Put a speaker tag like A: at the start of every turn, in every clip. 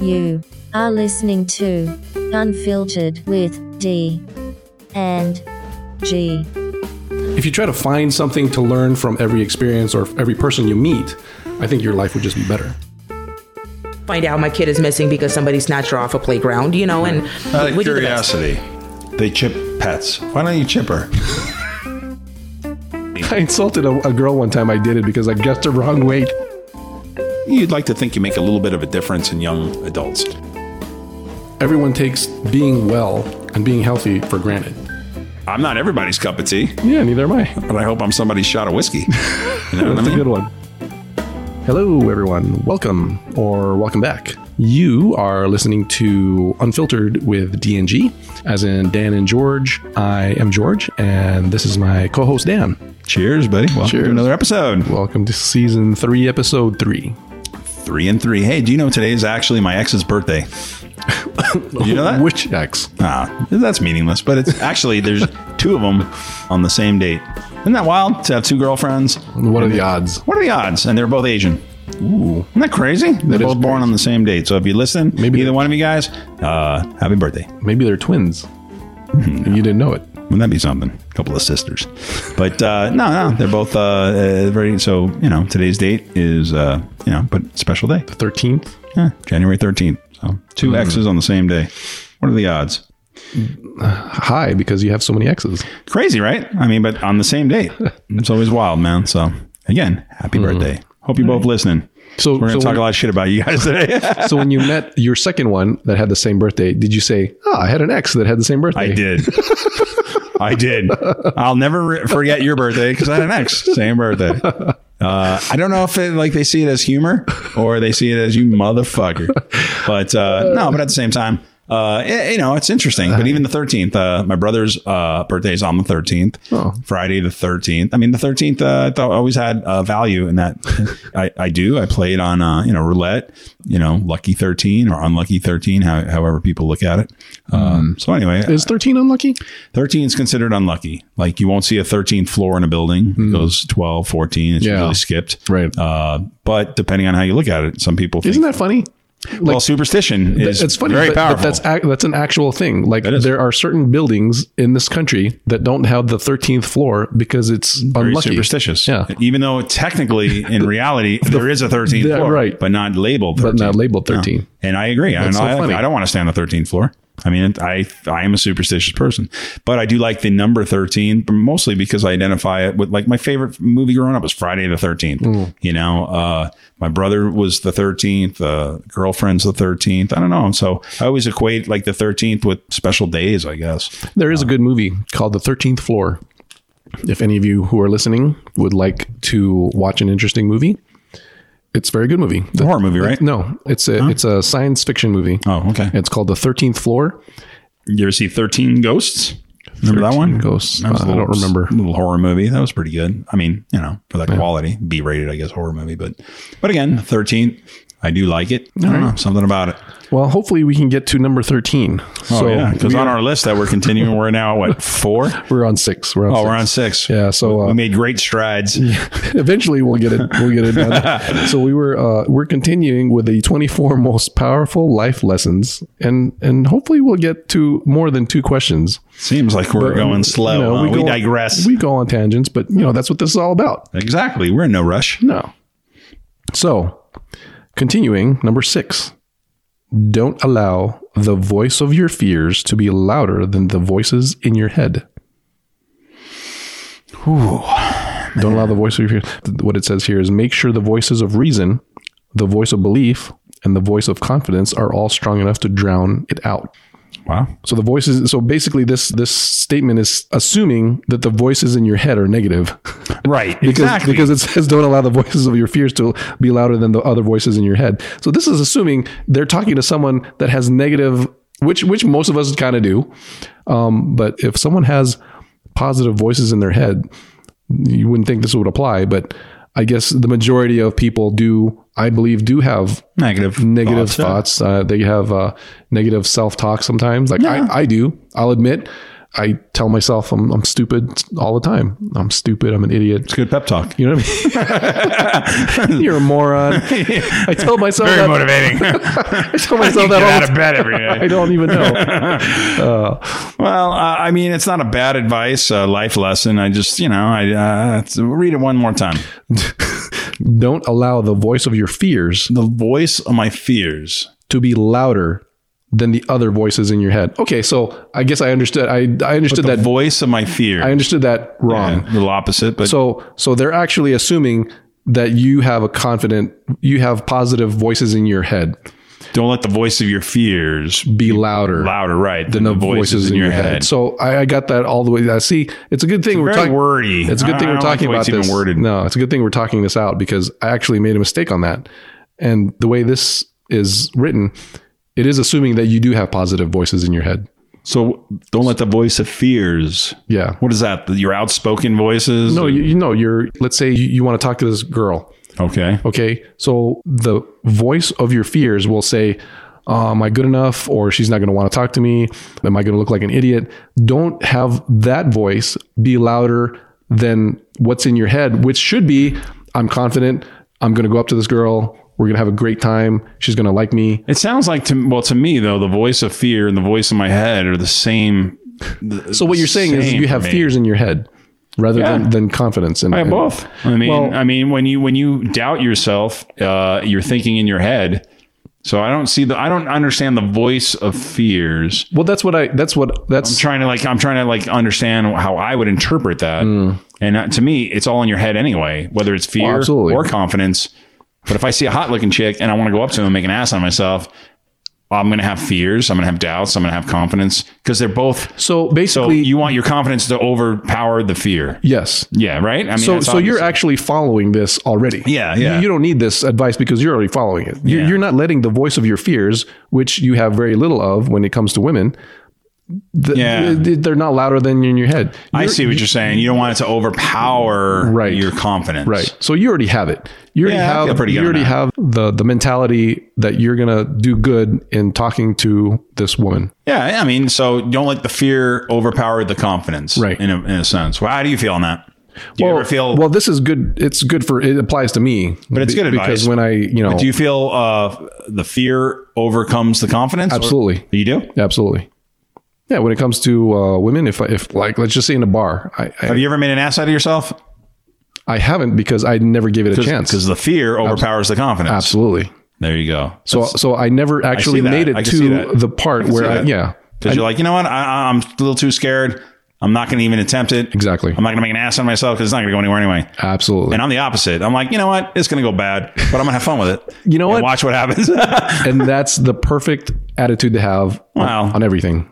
A: You are listening to Unfiltered with D and G.
B: If you try to find something to learn from every experience or every person you meet, I think your life would just be better.
C: Find out my kid is missing because somebody snatched her off a playground, you know, and
D: Out of
C: we do the best.
D: Uh, curiosity, they chip pets. Why don't you chip her?
B: I insulted a, a girl one time I did it because I guessed the wrong weight.
D: You'd like to think you make a little bit of a difference in young adults.
B: Everyone takes being well and being healthy for granted.
D: I'm not everybody's cup of tea,
B: Yeah, neither am I.
D: but I hope I'm somebody's shot of whiskey. You know what I
B: That's a
D: mean?
B: good one. Hello, everyone. Welcome or welcome back. You are listening to Unfiltered with DNG, as in Dan and George. I am George, and this is my co host, Dan.
D: Cheers, buddy. Welcome
B: Cheers.
D: to another episode.
B: Welcome to season three, episode three.
D: Three and three. Hey, do you know today is actually my ex's birthday? you know that?
B: Which X?
D: Ah, that's meaningless, but it's actually there's two of them on the same date. Isn't that wild to have two girlfriends?
B: What are the odds?
D: What are the odds? And they're both Asian. Ooh. Isn't that crazy? They're
B: That is
D: both born
B: crazy.
D: on the same date. So if you listen,
B: Maybe
D: maybe either
B: they're-
D: one of you guys, uh, happy birthday.
B: Maybe they're twins. And
D: Hmm.
B: You didn't know it.
D: Wouldn't that be something? A couple of sisters. But uh, no, no, they're both uh, uh, very, so, you know, today's date is, uh, you know, but special day,
B: The 13th?
D: Yeah, January 13th. So
B: Hmm.
D: two X's on the same day. What are the odds?
B: Hi, because you have so many X's.
D: Crazy, right? I mean, but on the same date. It's always wild, man. So again, happy birthday. Hope you both listening.
B: Hmm. So,
D: We're going
B: so
D: to talk a
B: when,
D: lot of shit about you guys today.
B: so when you met your second one that had the same birthday, did you say, oh, I had an X that had the same birthday?
D: I did. I did. I'll never re- forget your birthday because I had an ex. Same birthday. Uh, I don't know if it, like they see it as humor or they see it as you motherfucker. But uh, no, but at the same time, uh, y- you know, it's interesting. But even the 13th, uh, my brother's uh, birthday is on the 13th,
B: Oh.
D: Friday the 13th. I mean, the 13th, uh, I thought always had uh, value in that. I, I do. I played on, uh, you know, roulette, you know, lucky 13 or unlucky 13, how, however people look at it. Um, so anyway,
B: Mm. Is 13 unlucky?
D: 13 is considered unlucky. Like you won't see a 13th floor in a building. It goes 12, 14. It's
B: Mm-hmm. Yeah.
D: usually skipped.
B: Right.
D: Uh, but depending on how you look at it, some people think,
B: Isn't that funny?
D: well, superstition is
B: it's funny,
D: very
B: but,
D: powerful.
B: but that's ac- that's an actual thing. Like
D: is.
B: there are certain buildings in this country that don't have the 13th floor because it's
D: very
B: unlucky.
D: superstitious.
B: Yeah.
D: Even though technically, in reality, there is a 13th
B: Yeah,
D: floor,
B: right.
D: but not labeled 13.
B: But not labeled 13.
D: And I agree. I,
B: That's so
D: I-
B: funny.
D: I don't want to stand on the 13th floor. I mean, I I am a superstitious person, but I do like the number 13, but mostly because I identify it with like my favorite movie growing up was Friday the 13th.
B: Mm.
D: You know, uh, my brother was the 13th, uh, girlfriend's the 13th. I don't know. So I always equate like the 13th with special days, I guess.
B: There is a good movie called The 13th Floor. If any of you who are listening would like to watch an interesting movie, it's a very good movie. The-
D: Horror movie, right?
B: no, it's a it's a science fiction movie.
D: Oh, okay.
B: It's called The 13th Floor.
D: You ever see 13 Ghosts? Remember that one?
B: Ghosts.
D: That was a
B: Uh, I don't remember.
D: Little horror movie. That was pretty good. I mean, you know, for that quality, B rated, I guess, horror movie. But, but again, 13th, I do like it. I don't know, something about it.
B: Well, hopefully we can get to number 13.
D: Oh,
B: so
D: yeah. Because
B: we
D: on
B: are-
D: our list that we're continuing, we're now at what, four?
B: we're on 6. We're on
D: Oh,
B: six.
D: we're on six.
B: Yeah, so uh,
D: we made great strides.
B: Eventually, we'll get it. We'll get it done. so we were uh, we're continuing with the 24 most powerful life lessons, and and hopefully we'll get to more than two questions.
D: Seems like we're going slow.
B: You know,
D: huh? um, Uh, we
B: go-
D: digress.
B: We go on tangents, but you know that's what this is all about.
D: exactly. We're in no rush.
B: No. So, continuing number six, don't allow the voice of your fears to be louder than the voices in your head. Don't allow the voice of your fears. What it says here is make sure the voices of reason, the voice of belief, and the voice of confidence are all strong enough to drown it out.
D: Wow.
B: So the voices. So basically, this this statement is assuming that the voices in your head are negative.
D: Right.
B: Because,
D: exactly.
B: because it says don't allow the voices of your fears to be louder than the other voices in your head. So this is assuming they're talking to someone that has negative, which which most of us kind of do. Um, but if someone has positive voices in their head, you wouldn't think this would apply. But I guess the majority of people do, I believe, do have
D: negative.
B: negative
D: yeah.
B: thoughts. Uh, they have uh, negative self talk sometimes. Like I, I do. I'll admit I tell myself I'm, I'm stupid all the time. I'm stupid. I'm an idiot.
D: It's good pep talk.
B: You know what I mean? You're a moron. I tell myself
D: Very
B: that.
D: motivating.
B: I tell myself that all the time.
D: bed every
B: I don't even know.
D: Well, uh, I mean, it's not a bad advice, uh, life lesson. I just, you know, I uh, it's- read it one more time.
B: don't allow the voice of your fears
D: The voice of my fears.
B: to be louder than the other voices in your head. Okay, so I guess I understood. I I understood
D: The
B: that.
D: voice of my fear.
B: I understood that wrong.
D: Yeah, a little opposite, but
B: So so they're actually assuming that you have a confident, you have positive voices in your head.
D: don't let the voice of your fears be
B: Be louder.
D: louder, right?
B: than the voices, in your head. So I, I got that all the way. I see. It's a good thing we're
D: very
B: talking.
D: wordy.
B: It's a good
D: I-
B: thing
D: I
B: we're
D: don't like
B: talking
D: the way
B: about
D: it's
B: this.
D: even worded.
B: No, it's a good thing we're talking this out because I actually made a mistake on that. And the way this is written, it is assuming that you do have positive voices in your head.
D: So don't let the voice of fears.
B: Yeah.
D: What is that? Your outspoken voices?
B: No, you, you know, you're. Let's say you, you want to talk to this girl.
D: Okay.
B: Okay. So the voice of your fears will say, uh, Am I good enough? Or she's not going to want to talk to me. Am I going to look like an idiot? Don't have that voice be louder than what's in your head, which should be I'm confident. I'm going to go up to this girl. We're going to have a great time. She's going to like me.
D: It sounds like to well to me though the voice of fear and the voice in my head are the same.
B: So what you're saying is
D: Same
B: you
D: for
B: have
D: me.
B: fears in your head rather
D: Yeah.
B: than, than confidence. And,
D: I
B: and-
D: both. I mean,
B: Well-
D: I mean when you when you doubt yourself, uh, you're thinking in your head. So I don't see the I don't understand the voice of fears.
B: Well, that's what I, that's what, that's,
D: trying to like I'm trying to like understand how I would interpret that.
B: Hmm.
D: And uh, to me, it's all in your head anyway, whether it's
B: Oh,
D: fear
B: absolutely.
D: or confidence. But if I see a hot looking chick and I want to go up to him and make an ass out of myself, I'm going to have fears. I'm going to have doubts. I'm going to have confidence because they're both.
B: so
D: So
B: basically,
D: you want your confidence to overpower the fear.
B: yes.
D: Yeah. Right. I mean,
B: So,
D: that's
B: so you're
D: obvious.
B: actually following this already.
D: Yeah,
B: You-
D: yeah.
B: You, don't need this advice because you're already following it. You're,
D: Yeah.
B: you're not letting the voice of your fears, which you have very little of when it comes to women, th-
D: Yeah.
B: th- they're not louder than in your head.
D: I
B: You're-
D: see what you're saying. You don't want it to overpower
B: Right.
D: your confidence.
B: Right. So you already have it. You already
D: Yeah, I feel
B: have.
D: pretty good
B: You already
D: on
B: have the the mentality that you're gonna do good in talking to this woman.
D: Yeah. I mean, so don't let the fear overpower the confidence.
B: Right.
D: In a, in a sense. Well, how do you feel on that? Do you ever feel
B: well, this is good. It's good for it applies to me, but
D: it's good
B: because
D: advice.
B: when I you know
D: Do you feel uh, the fear overcomes the confidence? or-
B: absolutely
D: you do?
B: Absolutely. Yeah, when it comes to uh, women, if if like let's just say in a bar, I I,
D: Have you ever made an ass out of yourself?
B: I haven't because I never gave it a chance.
D: Because the fear overpowers the confidence.
B: Absolutely.
D: There you go.
B: So so I never actually
D: that.
B: made
D: I
B: it
D: can see
B: to
D: that.
B: the part
D: see
B: where I,
D: that.
B: yeah
D: Because you're like, you know what? I, I- I'm a little too scared. I'm not going to even attempt it.
B: Exactly.
D: I'm not going to make an ass out of myself because it's not going to go anywhere anyway.
B: absolutely.
D: And I'm the opposite. I'm like, you know what? It's going to go bad, but I'm going to have fun with it.
B: You know what?
D: And Watch what happens. it,
B: and that's the perfect attitude to have on-
D: Wow.
B: on, everything.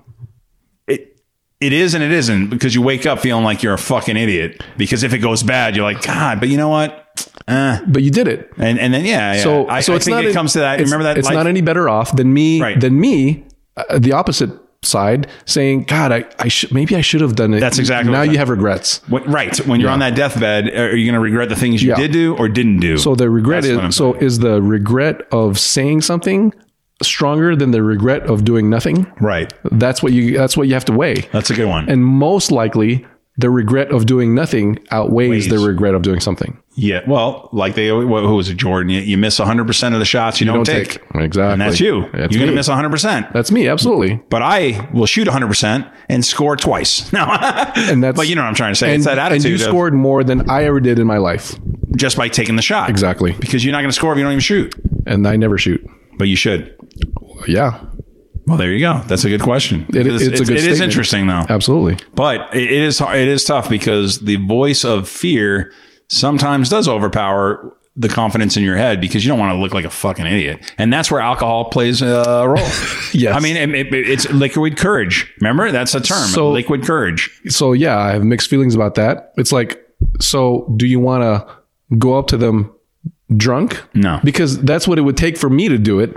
D: it is and it isn't because you wake up feeling like you're a fucking idiot. Because if it goes bad, you're like, God, but you know what? Eh.
B: But you did it.
D: And and then yeah, yeah.
B: So
D: I,
B: so
D: I
B: it's
D: think
B: not
D: it
B: any-
D: comes to that.
B: It's,
D: Remember that
B: it's
D: life-
B: not any better off than me
D: Right.
B: than me uh, the opposite side saying god I, I should maybe I should have done it.
D: That's exactly
B: Now
D: what-
B: you have regrets.
D: What- right when you're on that deathbed, are you going to regret the things you
B: Yeah.
D: did do or didn't do?
B: So the regret
D: That's what I'm
B: is so is the regret of saying something stronger than the regret of doing nothing.
D: right.
B: That's what you that's what you have to weigh.
D: That's a good one.
B: And most likely the regret of doing nothing outweighs
D: Weighs.
B: the regret of doing something.
D: yeah. Well, like they what, who was it, Jordan? You, you miss 100 percent of the shots you, don't, take.
B: Exactly.
D: and that's you.
B: That's
D: you're going
B: me.
D: to miss 100 percent.
B: That's me, absolutely.
D: But I will shoot 100 percent and score twice. No,
B: And that's
D: but you know what I'm trying to say.
B: and,
D: it's that attitude.
B: And you
D: of
B: scored more than I ever did in my life.
D: just by taking the shot.
B: Exactly.
D: Because you're not going to score if you don't even shoot.
B: And I never shoot.
D: But you should.
B: Yeah.
D: Well, there you go. That's a good question.
B: It- it's a good
D: It is
B: statement.
D: interesting though.
B: Absolutely.
D: But it it is it is tough because the voice of fear sometimes does overpower the confidence in your head because you don't want to look like a fucking idiot, and that's where alcohol plays a role.
B: Yes.
D: I mean it, it- it's liquid courage. Remember that's a term,
B: So-
D: liquid courage.
B: so yeah, I have mixed feelings about that. It's like, so do you want to go up to them drunk?
D: No.
B: because that's what it would take for me to do it.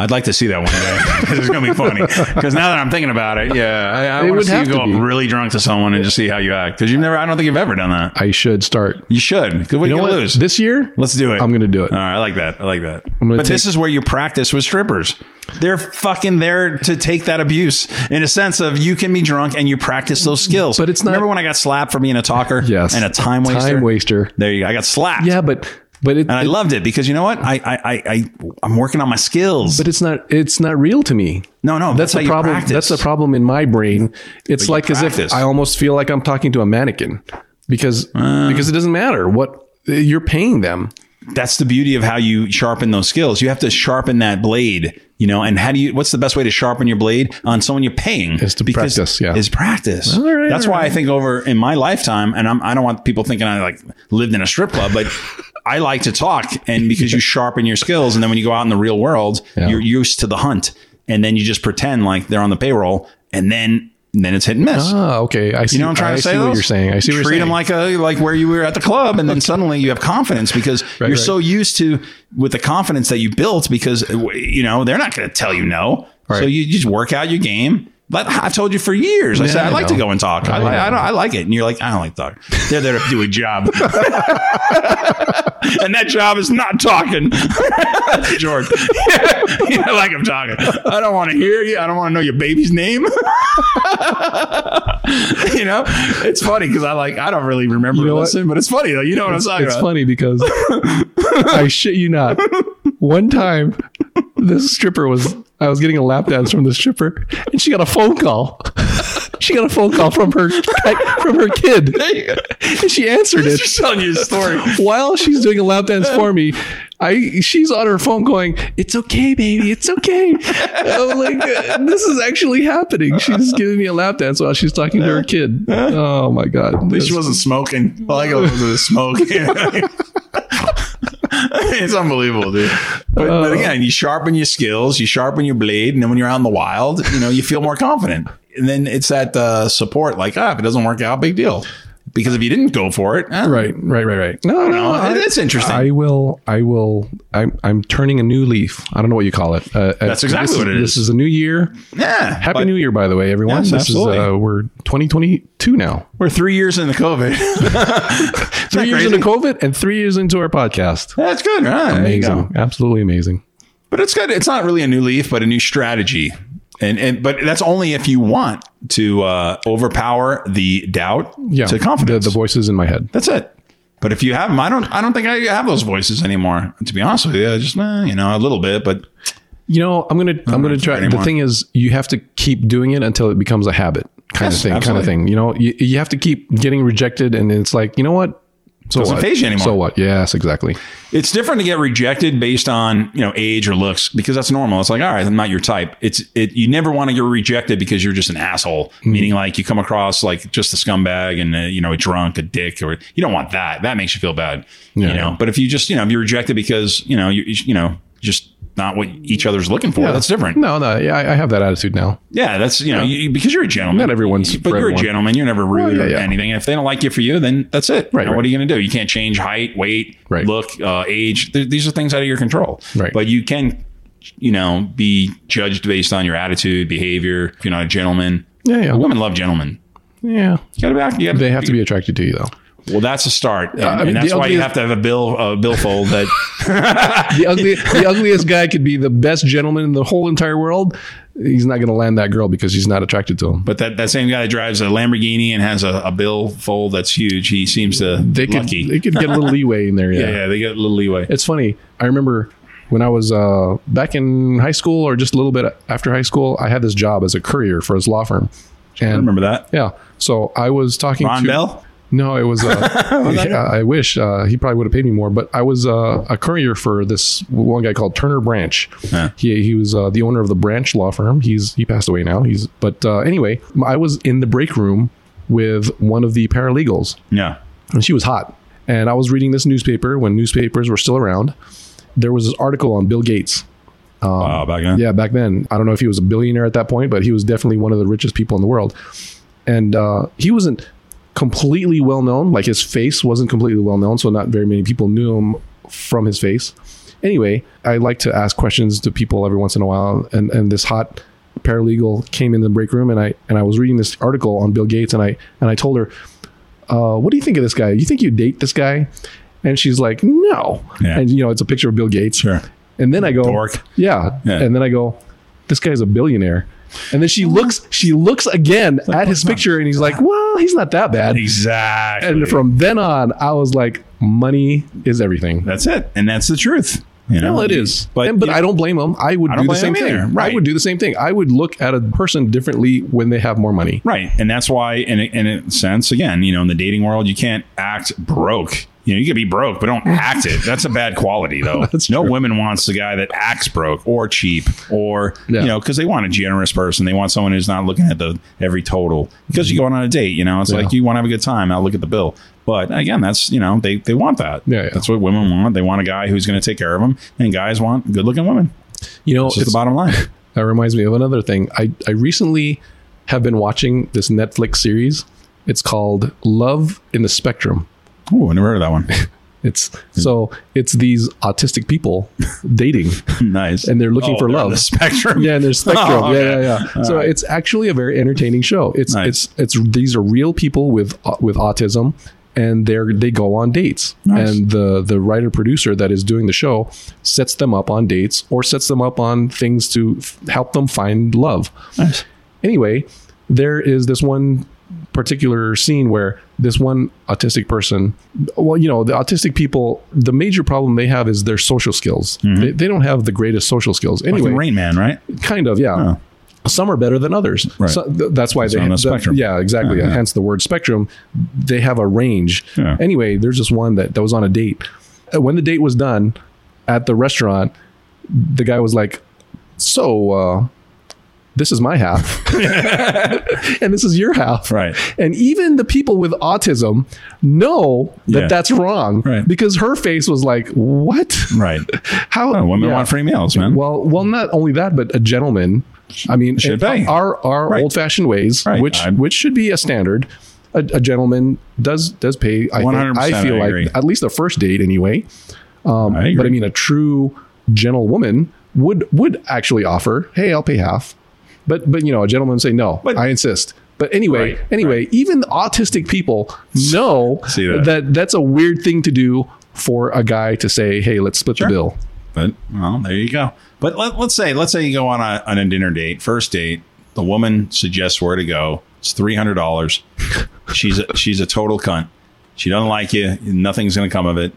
D: I'd like to see that one day. it's gonna be funny because now that I'm thinking about it, yeah, I, I
B: It
D: want
B: would
D: to see you
B: have to
D: go
B: be.
D: up really drunk to someone and just see how you act because you've never. I don't think you've ever done that.
B: I should start.
D: You should. Good way
B: You know
D: to
B: what?
D: lose.
B: This year,
D: Let's do it.
B: I'm going to do it.
D: All right, I like that. I like that.
B: gonna
D: But this
B: take-
D: is where you practice with strippers. They're fucking there to take that abuse in a sense of you can be drunk and you practice those skills.
B: But it's not-
D: Remember when I got slapped for being a talker?
B: yes,
D: And a time waster.
B: Time waster.
D: There you go. I got slapped.
B: Yeah, but but it,
D: And I
B: it-
D: loved it because you know what? I I I, I I'm working on my skills.
B: but it's not it's not real to me.
D: no, no,
B: That's
D: that's, how
B: the
D: you
B: problem.
D: practice.
B: That's the problem in my brain. It's
D: you
B: like as if
D: practice.
B: I almost feel like I'm talking to a mannequin because
D: Uh.
B: because it doesn't matter what you're paying them.
D: that's the beauty of how you sharpen those skills. You have to sharpen that blade, you know. And how do you? What's the best way to sharpen your blade on someone you're paying?
B: Is to practice, yeah.
D: is practice.
B: All right,
D: that's
B: all
D: why I
B: right.
D: think over in my lifetime, and I'm, I don't want people thinking I like lived in a strip club, but I like to talk, and because you sharpen your skills, and then when you go out in the real world,
B: Yeah.
D: you're used to the hunt, and then you just pretend like they're on the payroll, and then and then it's hit and miss.
B: Ah, okay. I see.
D: You know what I'm trying
B: I
D: to say?
B: see what
D: though?
B: you're saying. I see what
D: Treat
B: you're saying.
D: them like a like where you were at the club, and then suddenly you have confidence because you're
B: right.
D: so used to with the confidence that you built because you know they're not going to tell you no. So
B: Right.
D: you just work out your game. But I've told you for years. I
B: Yeah,
D: said
B: I
D: I, like to
B: know.
D: go and talk. I,
B: I
D: like
B: know.
D: I, don't, I like it, and you're like I don't like to talk. They're there to do a job, and that job is not talking. George, yeah, I like him talking. I don't want to hear you. I don't want to know your baby's name you know, it's funny because I like I don't really remember
B: know what?
D: listening, but it's funny though. You know what I'm talking
B: it's
D: about?
B: funny because I shit you not. One time, this stripper was I was getting a lap dance from the stripper, and she got a phone call. She got a phone call from her from her kid, and she answered it
D: Just telling you a story.
B: while she's doing a lap dance for me, I she's on her phone going, "It's okay, baby, it's okay." I'm like, "This is actually happening." She's giving me a lap dance while she's talking to her kid. Oh my god! At
D: She wasn't smoking. All I got was the smoke. it's unbelievable, dude. But,
B: Oh.
D: but again, you sharpen your skills, you sharpen your blade, and then when you're out in the wild, you know you feel more confident. And then it's that uh, support, like ah, if it doesn't work out, big deal. Because if you didn't go for it, eh,
B: Right, right, right, right. No, no,
D: know. That's interesting.
B: I will. I will. I'm. I'm turning a new leaf. I don't know what you call it. Uh,
D: That's exactly
B: this
D: what it
B: This
D: is.
B: is a new year.
D: yeah,
B: Happy
D: but
B: New Year, by the way, everyone.
D: Yes,
B: this is.
D: absolutely.
B: Uh, we're 2022 now.
D: We're three years into COVID.
B: Three years into COVID and three years into our podcast.
D: That's good. All right, there you go.
B: Amazing. Absolutely amazing.
D: But it's good. It's not really a new leaf, but a new strategy. And and but that's only if you want to uh, overpower the doubt
B: Yeah.
D: to confidence.
B: The, the voices in my head.
D: that's it. But if you have them, I don't. I don't think I have those voices anymore. To be honest with you, I just eh, you know a little bit, but
B: You know, I'm gonna. I'm gonna
D: not
B: try.
D: anymore.
B: The thing is, you have to keep doing it until it becomes a habit, kind
D: Yes,
B: of thing.
D: absolutely.
B: Kind of thing. You know, you, you have to keep getting rejected, and it's like, you know what? So
D: Doesn't
B: what?
D: faze you anymore.
B: So what? Yes, exactly.
D: it's different to get rejected based on you know age or looks because that's normal. It's like all right, I'm not your type. It's it. You never want to get rejected because you're just an asshole, meaning like you come across like just a scumbag and uh, you know a drunk, a dick, or you don't want that. That makes you feel bad,
B: Yeah.
D: you know. But if you just you know if you're rejected because you know you you know just not what each other's looking for, that's different.
B: No, no, yeah, I, I have that attitude now.
D: Yeah, that's you know you, because you're a gentleman.
B: Not everyone's
D: but
B: for
D: you're
B: everyone.
D: a gentleman. You're never rude
B: yeah,
D: or
B: yeah.
D: anything. And if they don't like you for you, then that's it.
B: Right,
D: Now, What
B: right.
D: are you going to do? You can't change height, weight,
B: Right.
D: look, uh, age. Th- these are things out of your control.
B: Right.
D: But you can, you know, be judged based on your attitude, behavior. If you're not a gentleman,
B: Yeah, yeah.
D: women love gentlemen.
B: Yeah,
D: You gotta be, act- you gotta
B: Oh. they have to be attracted to you though.
D: Well, that's a start, and,
B: I mean,
D: and that's
B: the
D: why you
B: ugliest-
D: have to have a bill, a billfold that.
B: The ugly, the ugliest guy could be the best gentleman in the whole entire world. He's not going to land that girl because he's not attracted to him.
D: But that, that same guy that drives a Lamborghini and has a, a billfold that's huge. He seems to
B: They could,
D: lucky.
B: they could get a little leeway in there.
D: yeah, yeah, they get a little leeway.
B: It's funny. I remember when I was uh, back in high school or just a little bit after high school, I had this job as a courier for his law firm. And
D: I remember that.
B: Yeah. So I was talking
D: Ron
B: to
D: Bell?
B: No, it was. Uh, yeah, I wish uh, he probably would have paid me more, but I was uh, a courier for this one guy called Turner Branch.
D: Yeah.
B: He he was uh, the owner of the Branch law firm. He's he passed away now. He's but uh, anyway, I was in the break room with one of the paralegals
D: Yeah.
B: and she was hot. And I was reading this newspaper when newspapers were still around. There was this article on Bill Gates.
D: wow, back then.
B: Um, Yeah, back then. I don't know if he was a billionaire at that point, but he was definitely one of the richest people in the world. And uh, he wasn't completely well known. Like his face wasn't completely well known. So not very many people knew him from his face. Anyway, I like to ask questions to people every once in a while, and and this hot paralegal came in the break room, and I and I was reading this article on Bill Gates, and I and I told her, uh, "What do you think of this guy? You think you date this guy?" And she's like, "No,"
D: Yeah.
B: and you know it's a picture of Bill Gates.
D: Sure.
B: And then I go,
D: Dork.
B: Yeah.
D: Yeah.
B: and then I go, "This guy's a billionaire." And then she looks, she looks again at his picture, and he's like, "Well, he's not that bad."
D: Exactly.
B: And from then on, I was like, money is everything.
D: that's it. And that's the truth. You know?
B: No, it is.
D: But,
B: But, and, but I don't blame them. I would
D: I don't
B: do the
D: blame
B: same
D: 'em
B: thing.
D: either. Right.
B: I would do the same thing. I would look at a person differently when they have more money.
D: Right. And that's why, in a, in a sense, again, you know, in the dating world, you can't act broke. You know, you can be broke, but don't act it. That's a bad quality, though. no women wants the guy that acts broke or cheap or,
B: Yeah.
D: you know, because they want a generous person. They want someone who's not looking at the every total. Because you're going on a date, you know, it's like you want to have a good time. I'll look at the bill. But again, that's, you know, they, they want that.
B: Yeah, yeah.
D: That's what women want. They want a guy who's going to take care of them. And guys want good looking women.
B: You know,
D: That's just
B: it's-
D: the bottom line.
B: that reminds me of another thing. I, I recently have been watching this Netflix series. It's called Love in the Spectrum.
D: Oh, I never heard of that one.
B: It's
D: Hmm.
B: so it's these autistic people dating.
D: nice.
B: And they're looking
D: Oh,
B: for
D: they're on
B: love.
D: The spectrum.
B: Yeah, and there's Spectrum.
D: Oh, okay.
B: Yeah, yeah, yeah. so it's actually a very entertaining show. It's
D: Nice.
B: it's it's these are real people with au- with autism, and they're they go on dates,
D: Nice.
B: and the the writer producer that is doing the show sets them up on dates or sets them up on things to f- help them find love.
D: Nice.
B: Anyway, there is this one particular scene where this one autistic person well you know the autistic people the major problem they have is their social skills they, they don't have the greatest social skills anyway
D: Like Rain Man, right?
B: kind of yeah some are better than others
D: Right.
B: so th- that's why they
D: on the
B: that-
D: spectrum.
B: yeah exactly hence the word spectrum they have a range
D: Yeah.
B: anyway there's this one that, that was on a date Uh, when the date was done at the restaurant the guy was like so uh this is my half and this is your half
D: Right.
B: and even the people with autism know that
D: Yeah.
B: that's wrong
D: Right.
B: because her face was like what
D: Right.
B: how
D: Oh, women
B: yeah.
D: want free meals, man.
B: Well, well, not only that, but a gentleman. I mean,
D: Should
B: it-
D: be.
B: our our
D: Right.
B: old-fashioned ways,
D: Right.
B: which
D: I'm-
B: which should be a standard. A, a gentleman does does pay. I, think-
D: 100%
B: I feel
D: I
B: like
D: agree.
B: at least the first date, anyway.
D: I agree.
B: But I mean, a true gentlewoman would would actually offer, "Hey, I'll pay half," but but you know, a gentleman would say, "No,
D: But-
B: I insist." But anyway,
D: Right,
B: anyway, even the autistic people know
D: See that.
B: that's a weird thing to do for a guy to say, "Hey, let's split the bill."
D: but well, there you go. But let, let's say let's say you go on a on a dinner date, first date. The woman suggests where to go. It's three hundred dollars. she's a, she's a total cunt. She doesn't like you. Nothing's going to come of it.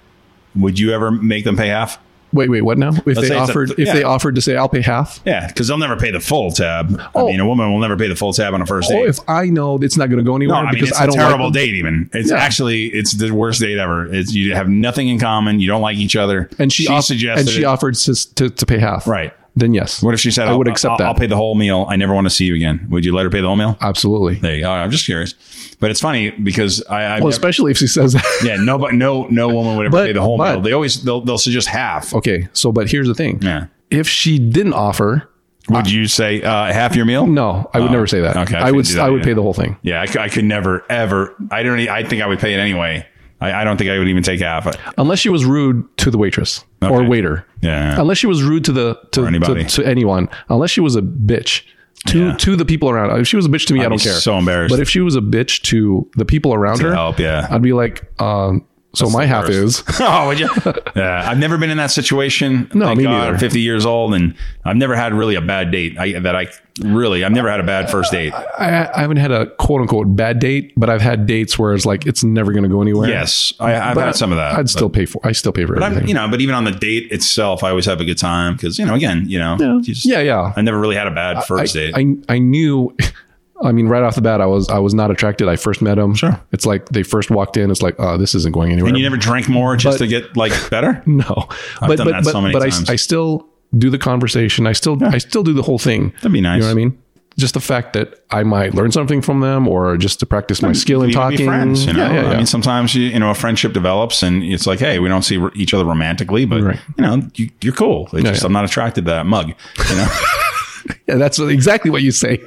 D: Would you ever make them pay half?
B: Wait, wait, what now? If
D: say
B: they
D: it's a-
B: offered, if
D: yeah.
B: they offered to say, "I'll pay half,"
D: Yeah, because they'll never pay the full tab.
B: Oh.
D: I mean, a woman will never pay the full tab on a first date.
B: or oh, if I know it's not going to go
D: No,
B: anywhere
D: I mean
B: because
D: it's
B: I
D: a
B: don't
D: terrible
B: like them,
D: date. Even it's
B: Yeah.
D: actually it's the worst date ever. It's you have nothing in common. You don't like each other.
B: and she, off-
D: suggested
B: and she
D: it.
B: offered to, to to pay half,
D: Right.
B: Then yes,
D: What if she said,
B: "I would
D: I'll-
B: accept
D: I'll-
B: that"?
D: I'll pay the whole meal. I never want to see you again. Would you let her pay the whole meal?
B: Absolutely.
D: There you go. I'm just curious, but it's funny because I, I
B: Well,
D: never-
B: especially if she says, that.
D: yeah, no, but no, no woman would ever
B: But-
D: pay the whole
B: but- Oh,
D: meal. They always they'll, they'll suggest half.
B: "Okay." So, but here's the thing:
D: Yeah.
B: if she didn't offer,
D: Would you say uh, half your meal?
B: no, I would never say that.
D: Oh. okay, I
B: I, would
D: couldn't do that
B: I would pay
D: either.
B: the whole thing.
D: Yeah, I, cou- I could never ever. I don't. e- I think I would pay it anyway. I, I don't think I would even take half.
B: unless she was rude to the waitress or
D: Okay.
B: waiter.
D: Yeah.
B: Unless she was rude to the to,
D: anybody.
B: to, to anyone. Unless she was a bitch to
D: Yeah.
B: to the people around. If she was a bitch to me, I
D: be
B: don't care.
D: so embarrassed.
B: But if she was a bitch to the people around her,
D: help, yeah.
B: I'd be like, um, so my half is.
D: oh, would you? yeah, I've never been in that situation.
B: No, me neither.
D: I'm 50 years old, and I've never had really a bad date. I, that I really, I've never had a bad first date.
B: I, I haven't had a quote unquote bad date, but I've had dates where it's like it's never going to go anywhere.
D: Yes, I, I've
B: But
D: had some of that.
B: I'd
D: but-
B: still pay for. I still pay for
D: But I'm,
B: everything.
D: you know, but even on the date itself, I always have a good time because you know, again, you know, yeah,
B: yeah, yeah.
D: I never really had a bad first date.
B: I, I knew I mean right off the bat I was I was not attracted. I first met him.
D: Sure.
B: It's like they first walked in, it's like, oh, this isn't going anywhere.
D: and you never drank more just
B: But-
D: to get like better.
B: no. but but
D: done that
B: but,
D: so many
B: but I,
D: times.
B: I still do the conversation. I still I still do the whole thing.
D: That'd be nice.
B: You know what I mean? Just the fact that I might learn something from them or just to practice my skill in
D: We can
B: talking.
D: be friends, you know.
B: Yeah, yeah,
D: I
B: yeah.
D: mean, sometimes you, you know a friendship develops, and it's like, hey, we don't see each other romantically, but
B: Right.
D: you know, you, you're cool. It's just
B: yeah.
D: I'm not attracted to that mug. You know,
B: Yeah, that's exactly what you say.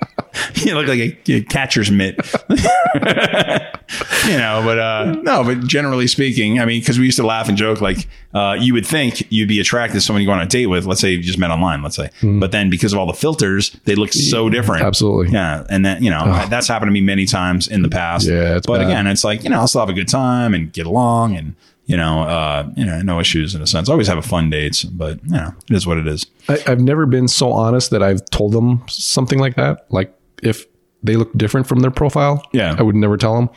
D: you look like a, a catcher's mitt. you know, but uh, no, but generally speaking, I mean, because we used to laugh and joke, like uh, you would think you'd be attracted to someone you go on a date with. Let's say you just met online, let's say, but then because of all the filters, they look so different.
B: Hmm. absolutely.
D: yeah. And that you know that's happened to me many times in the past.
B: Yeah, it's
D: but
B: bad.
D: again, it's like you know I'll still have a good time and get along and. You know, uh, you know, no issues in a sense. Always have a fun dates, but you know, it is what it is.
B: I, I've never been so honest that I've told them something like that. Like if they look different from their profile,
D: Yeah.
B: I would never tell them.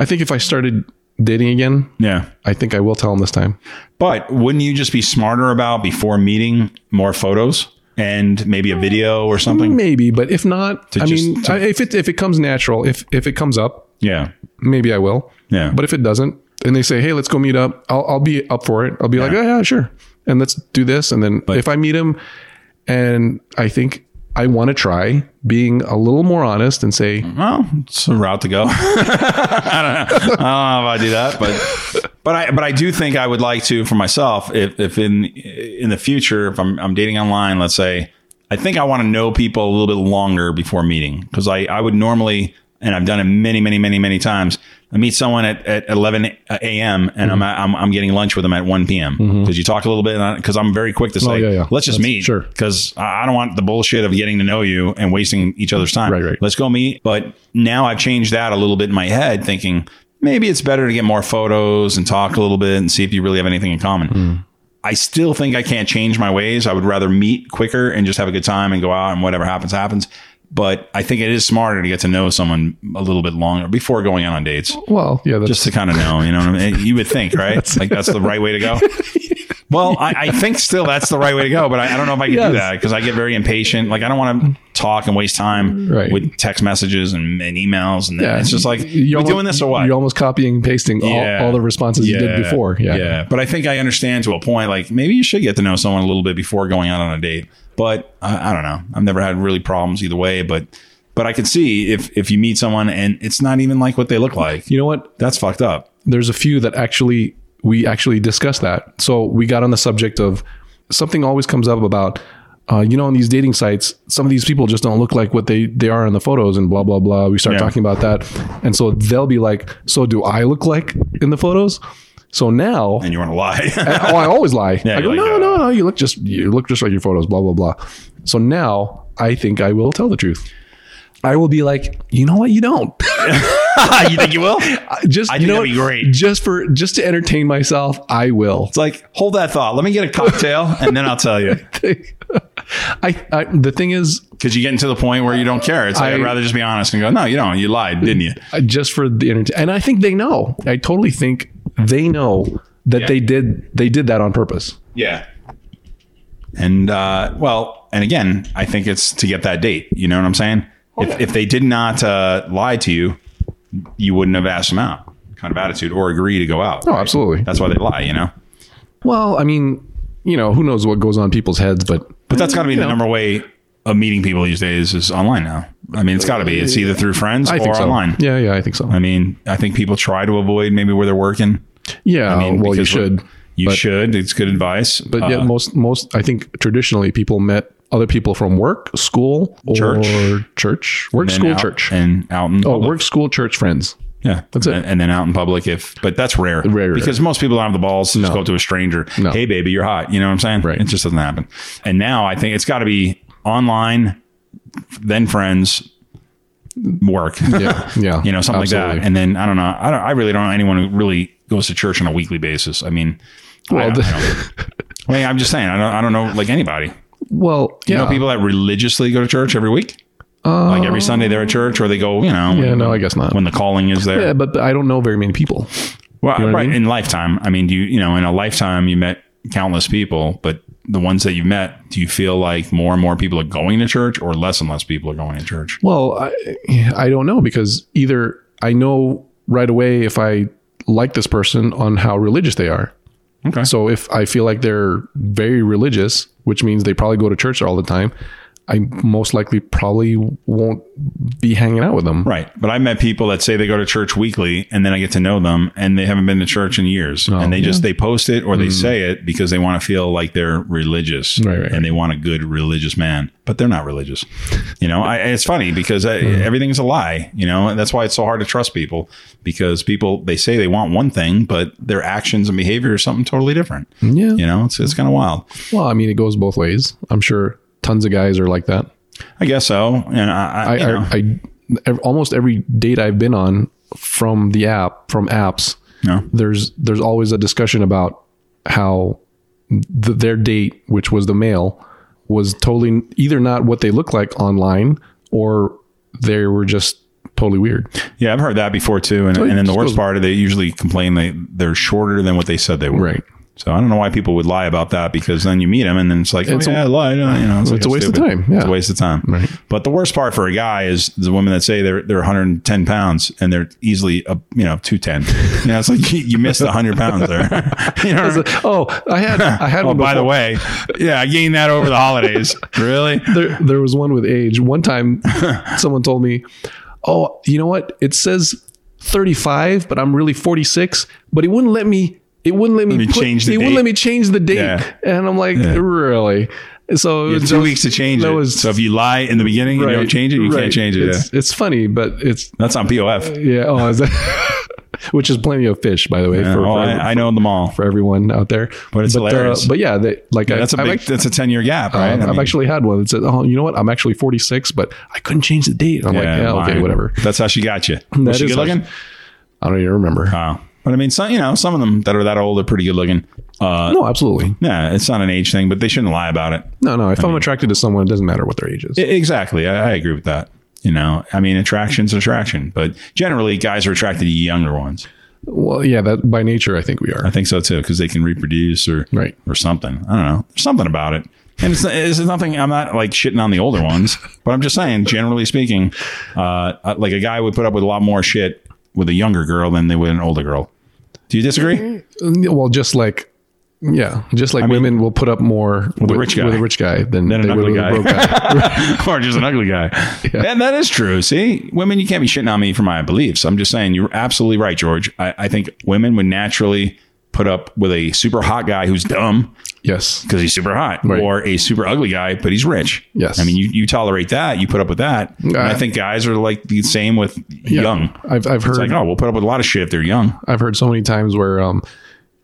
B: I think if I started dating again,
D: Yeah.
B: I think I will tell them this time.
D: But wouldn't you just be smarter about before meeting more photos and maybe a video or something?
B: Maybe, but if not, I
D: just-
B: mean,
D: to-
B: I, if it if it comes natural, if if it comes up,
D: Yeah.
B: maybe I will.
D: Yeah.
B: But if it doesn't, and they say, "Hey, let's go meet up," I'll, I'll be up for it. I'll be like, "Oh yeah, sure," and let's do this. And then if I meet him, and I think I want to try being a little more honest and say,
D: Well, it's a route to go. I don't know. I don't know if I do that, but but I but I do think I would like to for myself if if in in the future if I'm I'm dating online, let's say, I think I want to know people a little bit longer before meeting because I I would normally and I've done it many many many many times. I meet someone at, at 11 a.m. and I'm,
B: Mm-hmm.
D: I'm I'm getting lunch with them at 1 p.m. because you talk a little bit because I'm very quick to say
B: yeah, yeah.
D: let's just
B: That's-
D: meet
B: sure.
D: because I I don't want the bullshit of getting to know you and wasting each other's time.
B: Right, right.
D: Let's go meet. But now I've changed that a little bit in my head, thinking maybe it's better to get more photos and talk a little bit and see if you really have anything in common.
B: Hmm.
D: I still think I can't change my ways. I would rather meet quicker and just have a good time and go out and whatever happens, happens. But I think it is smarter to get to know someone a little bit longer before going out on dates
B: "Well, yeah, that's
D: just to kind of know, you know what I mean? You would think, right? like that's the right way to go. Well, I, I think still that's the right way to go, but I, I don't know if I can
B: Yes.
D: do that because I get very impatient. Like I don't want to talk and waste time
B: Right.
D: with text messages and, and emails, and it's just like
B: You're
D: you're
B: almo-
D: doing this or what?
B: You're almost copying and pasting all, all the responses you did before. Yeah.
D: But I think I understand to a point, like maybe you should get to know someone a little bit before going out on a date. But I, I don't know. I've never had really problems either way, but but I can see if if you meet someone and it's not even like what they look like,
B: You know what?
D: that's fucked up.
B: There's a few that actually we actually discussed that. So we got on the subject of something always comes up about uh, you know on these dating sites some of these people just don't look like what they they are in the photos and blah blah blah. We start
D: Yeah.
B: talking about that, and so they'll be like, "So do I look like in the photos?" So now
D: and you want to lie.
B: oh, I always lie. I go,
D: you're like,
B: no,
D: uh,
B: no, no. You look just you look just like your photos. Blah blah blah. So now I think I will tell the truth. I will be like, you know what, you don't.
D: you think you will? It's
B: I Just
D: I
B: you
D: think
B: know,
D: that'd
B: what?
D: be great.
B: just for just to entertain myself, I will.
D: like, hold that thought. Let me get a cocktail and then I'll tell you.
B: I, I the thing is,
D: Because you're getting to the point where you don't care. It's like,
B: I-
D: I'd rather just be honest and go, no, you don't. You lied, didn't you?
B: I- just for the entertainment, and I think they know. I totally think they know that
D: Yeah.
B: they did they did that on purpose.
D: Yeah. And, uh, well, and again, I think it's to get that date. You know what I'm saying? If, if they did not uh, lie to you, you wouldn't have asked them out kind of attitude or agree to go out.
B: Oh, absolutely.
D: That's why they lie, you know?
B: Well, I mean, you know, who knows what goes on people's heads, but
D: But that's got to be the
B: know.
D: number way of meeting people these days is online now. I mean, it's got to be. It's either through friends
B: I
D: or
B: think so.
D: online.
B: Yeah, yeah, I think so.
D: I mean, I think people try to avoid maybe where they're working.
B: Yeah,
D: I mean,
B: Oh, well, you
D: because
B: should.
D: You
B: but-
D: should. It's good advice.
B: But yeah,
D: Uh,
B: most most I think traditionally people met other people from work, school, or
D: Church.
B: church, work,
D: and
B: school,
D: out-
B: church.
D: and out in
B: oh,
D: public.
B: work, school, church, friends.
D: Yeah,
B: That's it.
D: And, and then out in public, if but that's rare,
B: Rare, rare.
D: because most people don't have the balls to just
B: No.
D: go up to a stranger.
B: No.
D: Hey, baby, you're hot. You know what I'm saying?
B: Right.
D: It just doesn't happen. And now I think it's got to be online, then friends, work.
B: Yeah, yeah,
D: you know something like
B: absolutely.
D: that. And then I don't know. I don't. I really don't know anyone who really goes to church on a weekly basis. I mean, I,
B: Well,
D: don't-
B: the-
D: I don't- I mean, I'm just saying. I don't. I don't know like anybody.
B: well, yeah,
D: You know people that religiously go to church every week? like every Sunday they're at church or they go, you know.
B: Yeah, no, I guess not.
D: When the calling is there.
B: yeah, but, but I don't know very many people.
D: well,
B: know what I
D: right,
B: mean?
D: in lifetime. I mean, do you, you know, in a lifetime you met countless people, but the ones that you met, do you feel like more and more people are going to church or less and less people are going to church?
B: Well, I, I don't know because either I know right away if I like this person on how religious they are.
D: Okay.
B: So if I feel like they're very religious, which means they probably go to church all the time, I most likely probably won't be hanging out with them.
D: Right. But I've met people that say they go to church weekly and then I get to know them and they haven't been to church in years.
B: Oh,
D: and they just they post it or they say it because they want to feel like they're religious
B: Mm-hmm. Right, right,
D: and they want a good religious man, but they're not religious. You know, I, it's funny because I, everything's a lie, you know, and that's why it's so hard to trust people because people they say they want one thing, but their actions and behavior are something totally different.
B: Yeah.
D: You know, it's, it's kind of wild.
B: Well, I mean, it goes both ways. I'm sure tons of guys are like that.
D: I guess so. And I, I,
B: I,
D: you know,
B: I, I ev- almost every date I've been on from the app from apps.
D: Yeah.
B: There's there's always a discussion about how th their date, which was the male, was totally either not what they look like online or they were just totally weird.
D: Yeah, I've heard that before too. And, and then the
B: Oh, just
D: worst
B: goes-
D: part, they usually complain they they're shorter than what they said they were.
B: Right.
D: So I don't know why people would lie about that because then you meet them and then it's like,
B: It's
D: oh,
B: a-
D: yeah, I lied. uh, You know, it's, like,
B: a waste of
D: stupid.
B: time, yeah.
D: It's a waste of time.
B: Right.
D: But the worst part for a guy is the women that say they're they're 110 pounds and they're easily uh, you know 210. You know, it's like you, you missed 100 pounds there. you know, what I mean?
B: Oh, I had I had
D: oh,
B: one
D: by the
B: before.
D: way, yeah, I gained that over the holidays. really?
B: there, there was one with age. One time, someone told me, "Oh, you know what? It says 35, but I'm really 46." But it wouldn't let me. It wouldn't let me,
D: me change the
B: It wouldn't
D: date.
B: let me change the date.
D: Yeah.
B: And I'm like, really? So it
D: You
B: was
D: have two
B: just-
D: weeks to change it.
B: that was-
D: so if you lie in the beginning and you don't
B: right,
D: change it, you
B: right.
D: can't change it. Yeah.
B: It's, it's funny, but it's
D: That's on POF.
B: yeah. Oh, is that, which is plenty of fish, by the way, for,
D: oh,
B: for,
D: I, I know them all.
B: for everyone out there.
D: But it's hilarious.
B: but yeah, they, like I,
D: that's a
B: I've
D: big,
B: act-
D: that's a ten year gap, right?
B: Um,
D: I
B: I've
D: mean,
B: actually had one that said, "Oh, you know what? I'm actually 46, but I couldn't change the date." And I'm like, "Yeah, okay,
D: lying.
B: whatever."
D: That's how she got you. Was she
B: is
D: good
B: how she-
D: looking?
B: I don't even remember.
D: Wow. But I mean, some you know, some of them that are that old are pretty good looking. Uh,
B: no, absolutely.
D: yeah, it's not an age thing, but they shouldn't lie about it.
B: No, no. If I am attracted to someone, it doesn't matter what their age is.
D: I- exactly, I, I agree with that. You know, I mean, attraction's attraction, but generally, guys are attracted to younger ones.
B: well, yeah, that by nature, I think we are.
D: I think so too, because they can reproduce or
B: Right.
D: or something. I don't know. There's something about it. And it's, it's nothing. I'm not like shitting on the older ones, but I'm just saying, generally speaking, uh, uh, like a guy would put up with a lot more shit with a younger girl than they would an older girl. Do you disagree?
B: Well, just like. Yeah, just like women will put up more with,
D: rich guy.
B: with a rich guy than
D: Than an
B: they would
D: ugly
B: with a
D: guy.
B: broke guy.
D: or just an ugly guy? And that is true. See, women, you can't be shitting on me for my beliefs. I'm just saying, you're absolutely right, George. I, I think women would naturally put up with a super hot guy who's dumb
B: yes,
D: because he's super hot,
B: Right.
D: or a super ugly guy, but he's rich.
B: Yes.
D: I mean, you, you tolerate that, you put up with that. and
B: Uh,
D: I think guys are like the same with
B: Yeah.
D: young.
B: I've I've
D: It's
B: heard
D: like, oh, we'll put up with a lot of shit if they're young.
B: I've heard so many times where, um,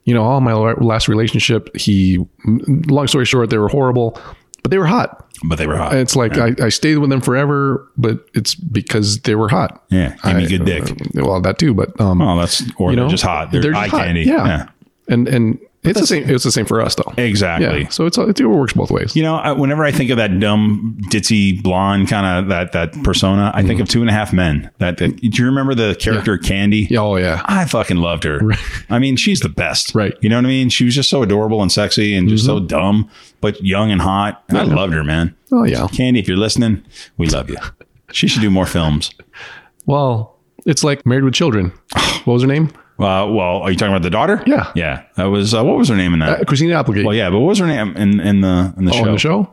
B: you know, all my la- last relationship, he. Long story short, they were horrible, but they were hot.
D: But they were hot.
B: It's like I, I stayed with them forever, but it's because they were hot.
D: yeah. Give me
B: I-
D: good dick.
B: uh, well, that too, but um,
D: oh, that's or
B: you know,
D: they're just hot. They're,
B: just
D: eye
B: hot.
D: candy.
B: Yeah. and and it's the same. It's the same for us though.
D: Exactly.
B: Yeah, so it's uh, it works both ways.
D: You know, I, whenever I think of that dumb, ditzy, blonde kind of that that persona, I think of Two and a Half Men. That, that do you remember the character Candy?
B: Mm-hmm. Yeah, Oh yeah,
D: I fucking loved her. I mean, she's the best.
B: Right. Mm-hmm.
D: You know what I mean? She was just so adorable and sexy and just so dumb, but young and hot. And I loved her, man.
B: oh yeah.
D: Candy, if you're listening, we love you. She should do more films.
B: Well, it's like Married with Children. what was her name?
D: Uh, well, are you talking about the daughter?
B: Yeah.
D: Yeah. That was, uh, what was her name in that?
B: Uh, Christina Applegate
D: well, yeah, but what was her name in, in the in the
B: Oh,
D: show?
B: on the show. Um,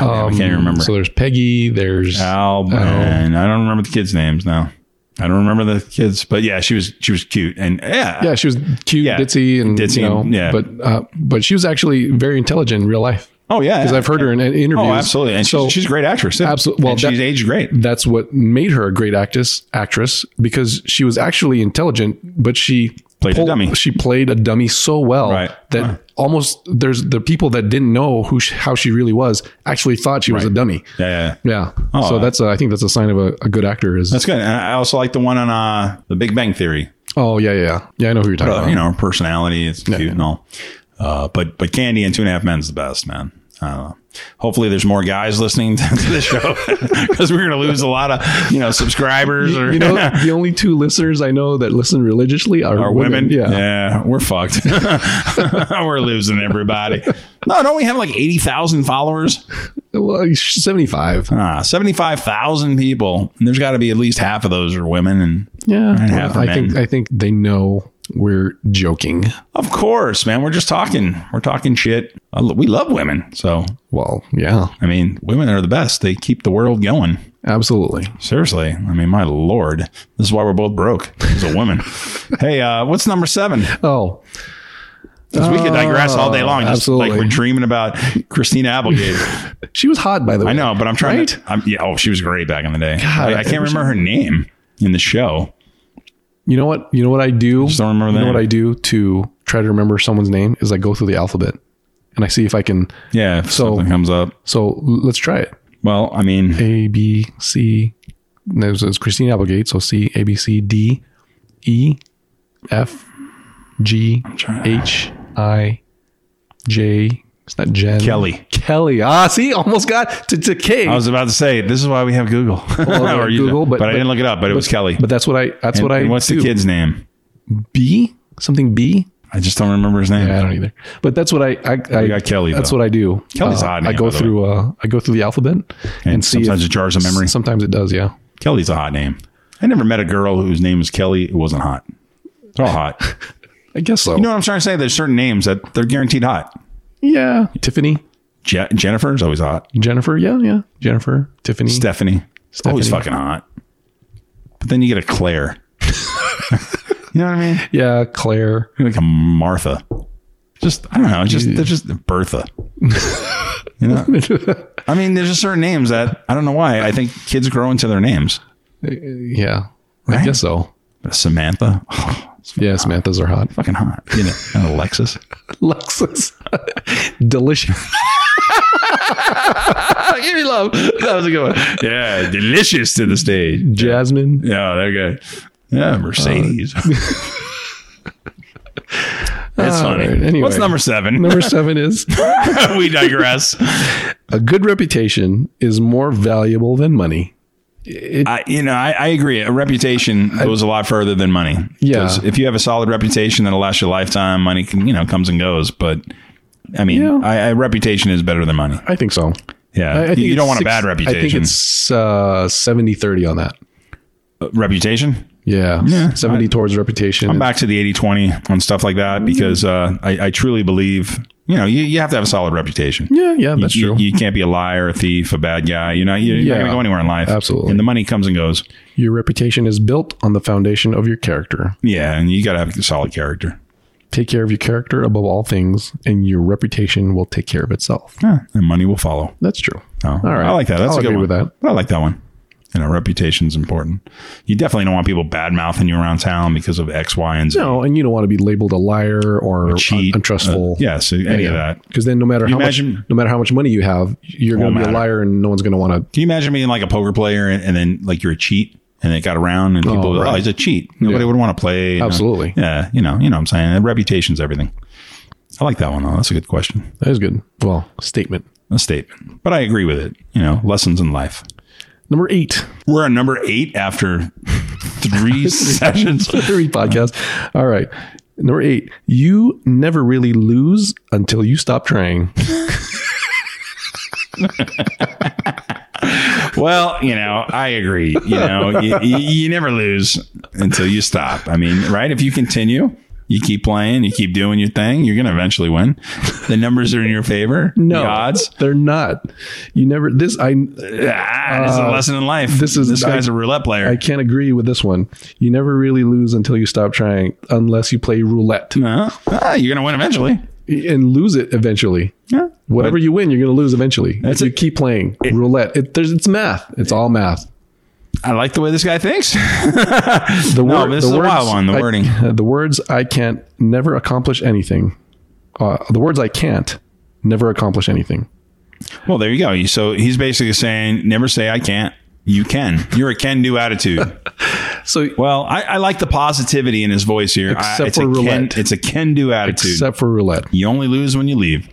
D: God, damn, I can't even remember.
B: So there's Peggy. There's
D: Al, man, I don't remember the kids' names now. I don't remember the kids, but yeah, she was she was cute and yeah,
B: yeah, she was cute,
D: Yeah.
B: ditzy, and
D: Ditzy
B: you know,
D: and- yeah.
B: but uh, but she was actually very intelligent in real life.
D: Oh yeah,
B: Because I've heard her in, in interviews.
D: Oh, absolutely, and
B: so
D: she's, she's a great actress. yeah.
B: Absolute- well,
D: And
B: that-
D: she's aged great.
B: that's what made her a great actress actress because she was actually intelligent but she
D: Played a dummy.
B: she played a dummy so well
D: Right.
B: that
D: Right.
B: almost there's the people that didn't know who she, how she really was actually thought she was a dummy
D: Yeah, yeah, yeah.
B: yeah so
D: uh,
B: that's a, I think that's a sign of a, a good actor is
D: that's good. And I also like the one on uh, The Big Bang Theory.
B: oh yeah yeah yeah yeah I know who you're talking
D: Uh,
B: about
D: you know, her personality, it's cute and all. Uh, but but Candy and Two and a Half Men's the best, man. I don't know. Hopefully, there's more guys listening to the show because we're going to lose a lot of you know subscribers or
B: you know the only two listeners I know that listen religiously are,
D: Our women,
B: yeah.
D: we're fucked. we're losing everybody. No, don't we have like eighty thousand followers?
B: well uh, 75
D: Ah, seventy-five thousand people. And there's got to be at least half of those are women, and
B: yeah
D: half are
B: I think
D: men.
B: I think they know We're joking.
D: Of course, man. We're just talking. We're talking shit. I lo- we love women. So,
B: Well, yeah,
D: I mean, women are the best. They keep the world going.
B: absolutely.
D: Seriously. I mean, my Lord. This is why we're both broke. It's a woman. hey, uh, what's number seven?
B: Oh,
D: 'Cause we could digress all day long. Just
B: absolutely.
D: Like we're dreaming about Christina Applegate.
B: she was hot, by the way.
D: I know, but I'm trying
B: Right?
D: to. I'm, yeah. Oh, she was great back in the day.
B: God,
D: I, I can't
B: I wish
D: remember her name in the show.
B: You know what? You know what I do?
D: Just don't remember
B: You
D: the
B: know what
D: name.
B: I do to try to remember someone's name is I go through the alphabet and I see if I can.
D: Yeah. If
B: So-
D: something comes up.
B: So l- let's try it.
D: Well, I mean,
B: A B C. and There's, there's Christine Applegate. So C A B C D E F G
D: trying to-
B: H I J. It's not Jen.
D: Kelly.
B: Kelly. Ah, see, almost got to, to K.
D: I was about to say this is why we have Google.
B: Well,
D: Or you-
B: Google, but-
D: I
B: but-
D: didn't look it up. But it was Kelly.
B: but that's what I. That's what I.
D: And what's
B: do.
D: the kid's name?
B: B something B.
D: I just don't remember his name.
B: Yeah, I don't either. But that's what I. I, I
D: got Kelly,
B: That's
D: though.
B: what I do.
D: Kelly's
B: uh,
D: odd name,
B: I
D: by
B: go
D: the
B: through. Uh, I go through the alphabet and,
D: and
B: see.
D: sometimes
B: if-
D: it jars a memory.
B: Sometimes it does. Yeah.
D: Kelly's a hot name. I never met a girl whose name was Kelly. It wasn't hot. They're all hot.
B: I guess so.
D: you know what I'm trying to say? There's certain names that they're guaranteed hot.
B: yeah. Tiffany,
D: Je- Jennifer's always hot.
B: Jennifer. Yeah, yeah. Jennifer, Tiffany.
D: Stephanie. Always
B: Stephanie.
D: fucking hot. But then you get a Claire. you know what I mean?
B: Yeah, Claire.
D: You're like a Martha. Just I don't know. Just they're just Bertha. you know. I mean, there's just certain names that I don't know why. I think kids grow into their names.
B: Yeah, I
D: Right?
B: guess so.
D: Samantha. Oh, it's
B: Yeah, Samantha's are hot.
D: fucking hot. You know, and Alexis.
B: Lexus, delicious. Give me love. That was a good one.
D: Yeah, delicious to the stage.
B: Jasmine.
D: Yeah, they're good. Yeah,
B: Uh,
D: Mercedes. That's funny.
B: right, anyway.
D: What's number seven?
B: Number seven is
D: we digress.
B: a good reputation is more valuable than money.
D: I, you know, I, I agree. A reputation goes a lot further than money.
B: Yeah.
D: 'Cause If you have a solid reputation that'll last your lifetime, money can, you know comes and goes. But I mean,
B: Yeah.
D: I, I, reputation is better than money.
B: I think so.
D: Yeah.
B: I, I
D: You-
B: think
D: you don't
B: it's
D: want a
B: six-
D: bad reputation.
B: I think it's uh, 70 30 on that.
D: Uh, reputation.
B: Yeah. 70 towards reputation.
D: I'm back to the 80 20 on stuff like that because uh, I, I truly believe, you know, you, you have to have a solid reputation.
B: Yeah, yeah, that's
D: you,
B: true.
D: You, you can't be a liar, a thief, a bad guy. You're not, you're not
B: Yeah.
D: going to go anywhere in life.
B: Absolutely.
D: And the money comes and goes.
B: Your reputation is built on the foundation of your character.
D: Yeah. And you got to have a solid character.
B: Take care of your character above all things, and your reputation will take care of itself.
D: Yeah. And money will follow.
B: That's true.
D: Oh,
B: All right.
D: I like that. That's
B: I'll
D: a good
B: agree
D: one.
B: with that.
D: But I like that one. You know, reputation's important. You definitely don't want people bad mouthing you around town because of X, Y, and Z.
B: No, and you don't want to be labeled a liar or
D: cheat,
B: un- untrustful.
D: uh, yeah, so any of that.
B: Because then, no matter how
D: imagine-
B: much, no matter how much money you have, you're going to
D: Won't
B: be a
D: matter.
B: liar, and no one's going to want to.
D: Can you imagine being like a poker player and, and then like you're a cheat and it got around and people,
B: Oh,
D: oh,
B: right.
D: he's a cheat. Nobody
B: Yeah.
D: would want to play. you know?
B: Absolutely.
D: yeah. You know, you know what I'm saying? And reputation's everything. I like that one though. That's a good question.
B: That is good. Well, statement
D: A statement, but I agree with it. You know, lessons in life.
B: number eight.
D: We're on number eight after three sessions.
B: Three podcast. All right. Number eight, you never really lose until you stop trying.
D: Well, you know, I agree. You know, you, you, you never lose until you stop. I mean, right? If you continue, you keep playing, you keep doing your thing, you're going to eventually win. The numbers are in your favor.
B: No,
D: The odds.
B: they're not. You never. This I
D: Ah, this is a
B: Uh,
D: lesson in life.
B: this is-
D: this guy's
B: I-
D: a roulette player.
B: I can't agree with this one. You never really lose until you stop trying, unless you play roulette
D: No. Ah, you're going to win eventually.
B: and lose it eventually.
D: Yeah.
B: Whatever you win, you're going to lose eventually. If
D: That's
B: you
D: it.
B: keep playing roulette, it, there's, it's math. It's all math.
D: I like the way this guy thinks.
B: The
D: No,
B: word-
D: this is a wild one, the
B: I-
D: wording.
B: the words I can't never accomplish anything. Uh, the words I can't never accomplish anything.
D: Well, there you go. So he's basically saying, never say I can't. You can. You're a can do attitude.
B: So
D: Well, I, I like the positivity in his voice here. I-
B: Except
D: it's
B: for
D: a
B: roulette.
D: Can, it's a can do attitude.
B: except for roulette,
D: you only lose when you leave.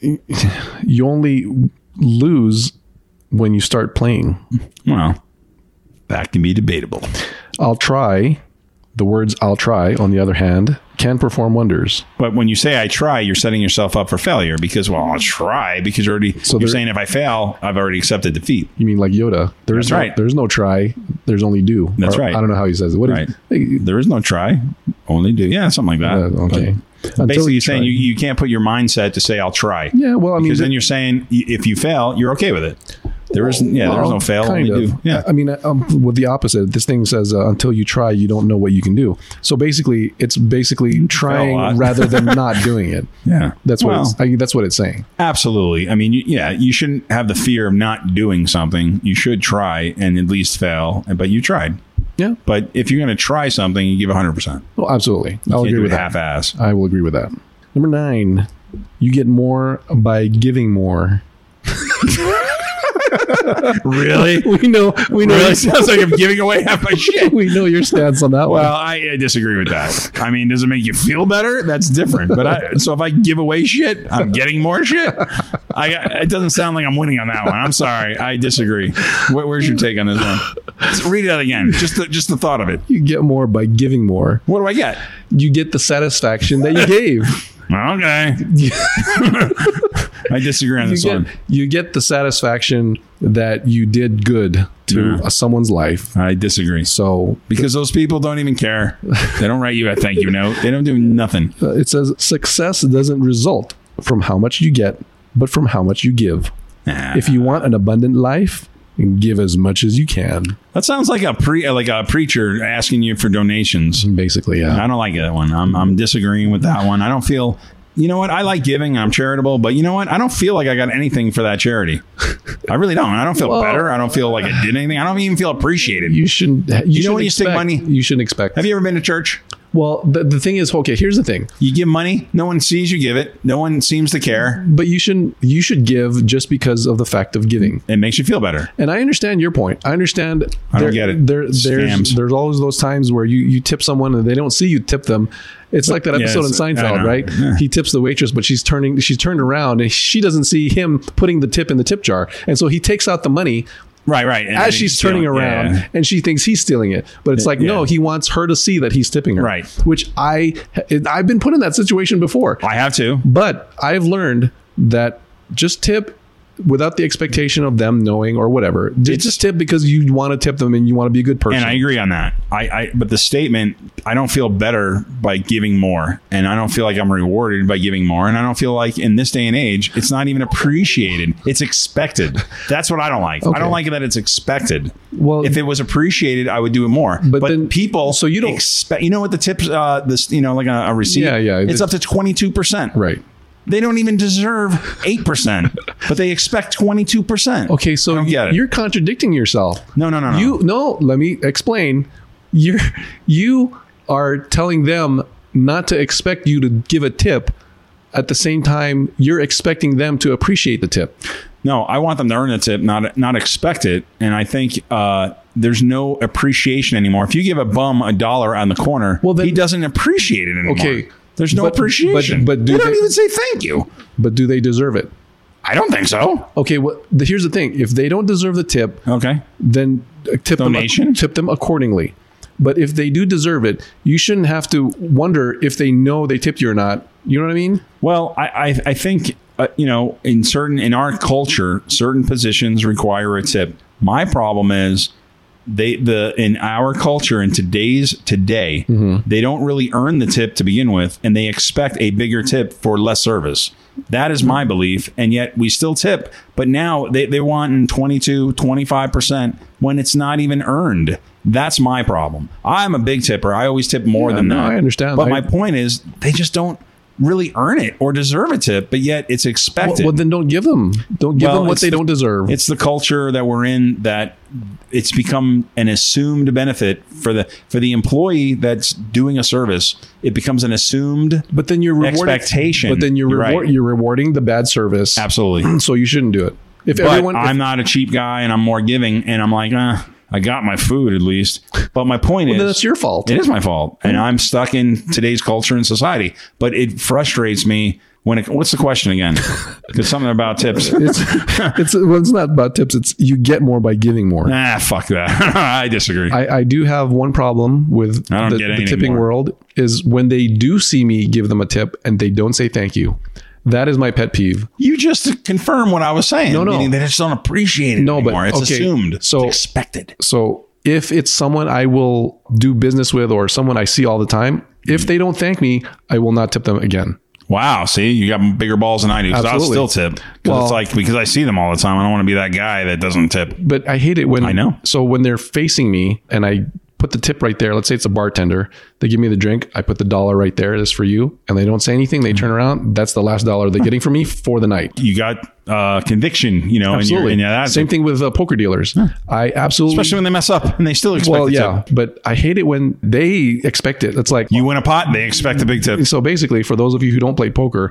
B: you only lose when you start playing.
D: Well, that can be debatable.
B: I'll try. The words I'll try, on the other hand, can perform wonders.
D: But when you say I try, you're setting yourself up for failure because, well, I'll try because you're already,
B: So
D: you're
B: there-
D: saying if I fail, I've already accepted defeat.
B: You mean like Yoda? There's
D: That's
B: no,
D: right.
B: There's no try. There's only do.
D: That's right.
B: I don't know how he says it. What
D: Right.
B: is-
D: There is no try, only do. Yeah, something like that.
B: Uh, okay.
D: But
B: Until
D: basically,
B: you
D: you're saying
B: try.
D: you, you can't put your mindset to say I'll try.
B: Yeah. Well, I mean,
D: because
B: th-
D: then you're saying y- if you fail, you're okay with it. There is yeah,
B: Well,
D: there's no fail.
B: kind
D: Only
B: of.
D: do. Yeah,
B: I mean, um, with the opposite, this thing says uh, until you try, you don't know what you can do. So basically, it's basically
D: lot.
B: trying rather than not doing it.
D: yeah.
B: That's what
D: Well,
B: it's, I, that's what it's saying.
D: absolutely. I mean, you, yeah, you shouldn't have the fear of not doing something. You should try and at least fail, but you tried.
B: Yeah.
D: But if you're going to try something, you give 100. percent
B: Well, Oh, absolutely. I'll agree with that.
D: half-ass.
B: I will agree with that. Number nine, you get more by giving more.
D: Really?
B: We know. We know.
D: really? Sounds like I'm giving away half my shit.
B: we know your stance on that
D: Well, I, I disagree with that. I mean, does it make you feel better? That's different. But I, so if I give away shit, I'm getting more shit. I it doesn't sound like I'm winning on that one. I'm sorry. I disagree. Where, where's your take on this one? Just read that again. Just the, just the thought of it.
B: You get more by giving more.
D: What do I get?
B: You get the satisfaction that you gave.
D: Okay. I disagree on
B: you
D: this
B: get,
D: one.
B: you get the satisfaction that you did good to
D: Yeah.
B: uh, someone's life.
D: I disagree
B: So
D: because those people don't even care. They don't write you a thank you note. They don't do nothing.
B: uh, it says success doesn't result from how much you get, but from how much you give.
D: Nah.
B: If you want an abundant life, give as much as you can.
D: that sounds like a pre like a preacher asking you for donations.
B: Basically, yeah.
D: I don't like that one. I'm, I'm disagreeing with that one. I don't feel, you know what? I like giving. I'm charitable, but you know what? I don't feel like I got anything for that charity. I really don't. I don't feel better. I don't feel like I did anything. I don't even feel appreciated.
B: You shouldn't. You,
D: know
B: shouldn't
D: when you stick
B: expect-
D: money-
B: You shouldn't expect.
D: Have you ever been to church?
B: well, the, the thing is, okay. Here's the thing.
D: You give money, no one sees you give it, no one seems to care.
B: But you shouldn't. You should give just because of the fact of giving.
D: It makes you feel better.
B: And I understand your point. I understand.
D: I don't get it.
B: There, there's,
D: Scams.
B: there's always those times where you, you tip someone and they don't see you tip them. It's like that episode
D: it's-
B: in
D: I
B: Seinfeld,
D: know.
B: right?
D: Yeah.
B: He tips the waitress, but she's turning. She's turned around and she doesn't see him putting the tip in the tip jar, and so he takes out the money
D: Right, right. And then
B: as she's
D: you feel-
B: turning around,
D: yeah.
B: and she thinks he's stealing it. But it's like no,
D: yeah.
B: he wants her to see that he's tipping her,
D: Right.
B: Which I I've been put in that situation before.
D: I have to.
B: But I've learned that just tip without the expectation of them knowing or whatever. Just, just tip because you want to tip them and you want to be a good person.
D: And I agree on that. I, I but the statement, I don't feel better by giving more, and I don't feel like I'm rewarded by giving more, and I don't feel like in this day and age, it's not even appreciated. It's expected. That's what I don't like. I
B: Okay.
D: don't like that it's expected.
B: Well-
D: if it was appreciated, I would do it more. But,
B: then-
D: people,
B: so you don't-
D: expect. You know what the tips? Uh, this you know like a, a receipt.
B: Yeah, yeah.
D: It's up to twenty two percent.
B: right.
D: They don't even deserve eight percent, but they expect twenty two percent.
B: Okay, so
D: don't get it.
B: you're contradicting yourself.
D: No, no, no, no.
B: You no, let me explain. You you are telling them not to expect you to give a tip. At the same time, you're expecting them to appreciate the tip.
D: No, I want them to earn the tip, not not expect it. And I think uh, there's no appreciation anymore. If you give a bum a dollar on the corner,
B: Well, then-
D: he doesn't appreciate it anymore.
B: Okay.
D: there's no
B: But-
D: appreciation.
B: but- but do
D: they don't
B: they-
D: even say thank you.
B: But do they deserve it?
D: I don't think so.
B: Okay, well, the, here's the thing. If they don't deserve the tip,
D: Okay,
B: then uh, tip
D: Donation?
B: them tip them accordingly. But if they do deserve it, you shouldn't have to wonder if they know they tipped you or not. You know what I mean?
D: Well, I I, I think uh, you know in certain in our culture, certain positions require a tip. My problem is they the in our culture in today's today
B: Mm-hmm.
D: they don't really earn the tip to begin with, and they expect a bigger tip for less service. That is my belief, and yet we still tip, but now they, they want in 22, 25% when it's not even earned. That's my problem. I'm a big tipper. I always tip more
B: Yeah,
D: than
B: no,
D: that.
B: I understand.
D: But
B: I-
D: my point is they just don't really earn it or deserve a tip, but yet it's
B: Well,
D: expected.
B: well, then don't give them. Don't give
D: Well,
B: them what
D: it's
B: they
D: the-
B: don't deserve.
D: it's the culture that we're in that it's become an assumed benefit for the for the employee that's doing a service. It becomes an assumed
B: But then you're rewarding,
D: expectation.
B: But then you're
D: You're
B: reward,
D: right.
B: you're rewarding the bad service.
D: absolutely.
B: So you shouldn't do it. If
D: But
B: everyone, if-
D: I'm not a cheap guy and I'm more giving and I'm like, ah, I got my food at least. But my point
B: then
D: is
B: that's your fault.
D: It is my fault. And I'm stuck in today's culture and society. But it frustrates me When it, what's the question again? Because something about tips.
B: It's it's well, it's not about tips. It's you get more by giving more.
D: ah, fuck that. I disagree.
B: I, I do have one problem with
D: I don't
B: the,
D: get
B: the
D: anything
B: tipping
D: more.
B: world is when they do see me give them a tip and they don't say thank you. That is my pet peeve.
D: you just confirm what I was saying.
B: no.
D: meaning they just don't appreciate it
B: No, but,
D: anymore. it's
B: okay,
D: assumed.
B: so-
D: it's expected.
B: So if it's someone I will do business with or someone I see all the time,
D: Mm-hmm.
B: if they don't thank me, I will not tip them again.
D: Wow, see, you got bigger balls than I do. 'cause I'll
B: Absolutely.
D: still tip. 'Cause
B: Well-
D: it's like because I see them all the time. I don't want to be that guy that doesn't tip.
B: But I hate it when
D: I know.
B: So when they're facing me and I put the tip right there, let's say it's a bartender, they give me the drink, I put the dollar right there, this is for you, and they don't say anything, they turn around, that's the last dollar they're getting from me for the night.
D: You got uh, conviction, you know,
B: Absolutely.
D: and you're, and that,
B: Same thing with uh, poker dealers. I absolutely
D: especially when they mess up and they still expect.
B: well,
D: a
B: yeah,
D: tip.
B: but I hate it when they expect it. It's like
D: you win a pot, they expect a big tip.
B: so basically for those of you who don't play poker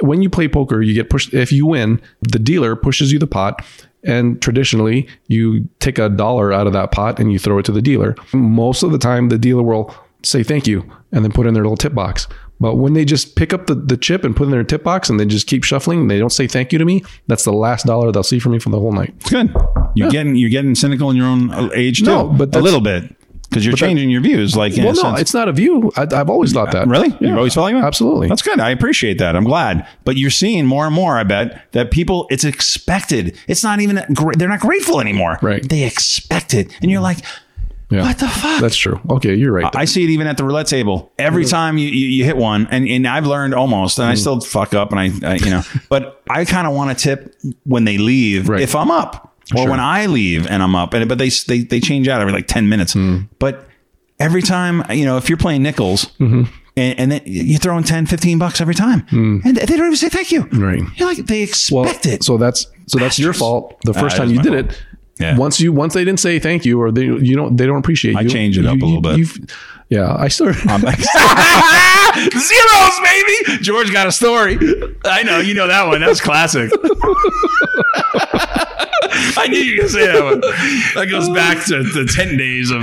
B: when you play poker you get pushed if you win the dealer pushes you the pot and traditionally you take a dollar out of that pot and you throw it to the dealer most of the time the dealer will say thank you and then put in their little tip box but when they just pick up the, the chip and put it in their tip box and they just keep shuffling and they don't say thank you to me that's the last dollar they'll see from me for the whole night
D: It's good. You're getting you're getting cynical in your own uh, age
B: No,
D: too,
B: but
D: a
B: that's-
D: little bit because you're changing your views. Like, in
B: well
D: a
B: no
D: sense.
B: it's not a view I, i've always thought that
D: Really?
B: Yeah.
D: You've always felt like that?
B: absolutely
D: That's good. I appreciate that. I'm glad. But you're seeing more and more, I bet, that people, it's expected. It's not even, gra- they're not grateful anymore.
B: Right.
D: They expect it. And you're like,
B: Yeah.
D: what the fuck?
B: that's true okay you're right
D: I see it even at the roulette table. Every time you, you, you hit one, and, and I've learned almost,
B: Mm.
D: and I still fuck up, and I, I you know, but I kind of want to tip when they leave
B: Right.
D: if I'm up, or when I leave and I'm up, and but they they they change out every like ten minutes.
B: Mm.
D: But every time, you know, if you're playing nickels.
B: Mm-hmm.
D: And, and then you're throwing 10, 15 bucks every time. And they don't even say thank you.
B: Mm. Right.
D: You're like, they expect
B: Well,
D: it.
B: so that's so that's your
D: Bastards.
B: fault. The first
D: it
B: time
D: is
B: you
D: my
B: did
D: fault.
B: it,
D: Yeah.
B: once you once they didn't say thank you or they you don't they don't appreciate you.
D: change it up
B: you-
D: a little
B: you-
D: bit. Um,
B: you've- Yeah, I still
D: Zeros, baby. George got a story. I know you know that one. That's classic. I knew you were gonna say that one. That goes back to the ten days of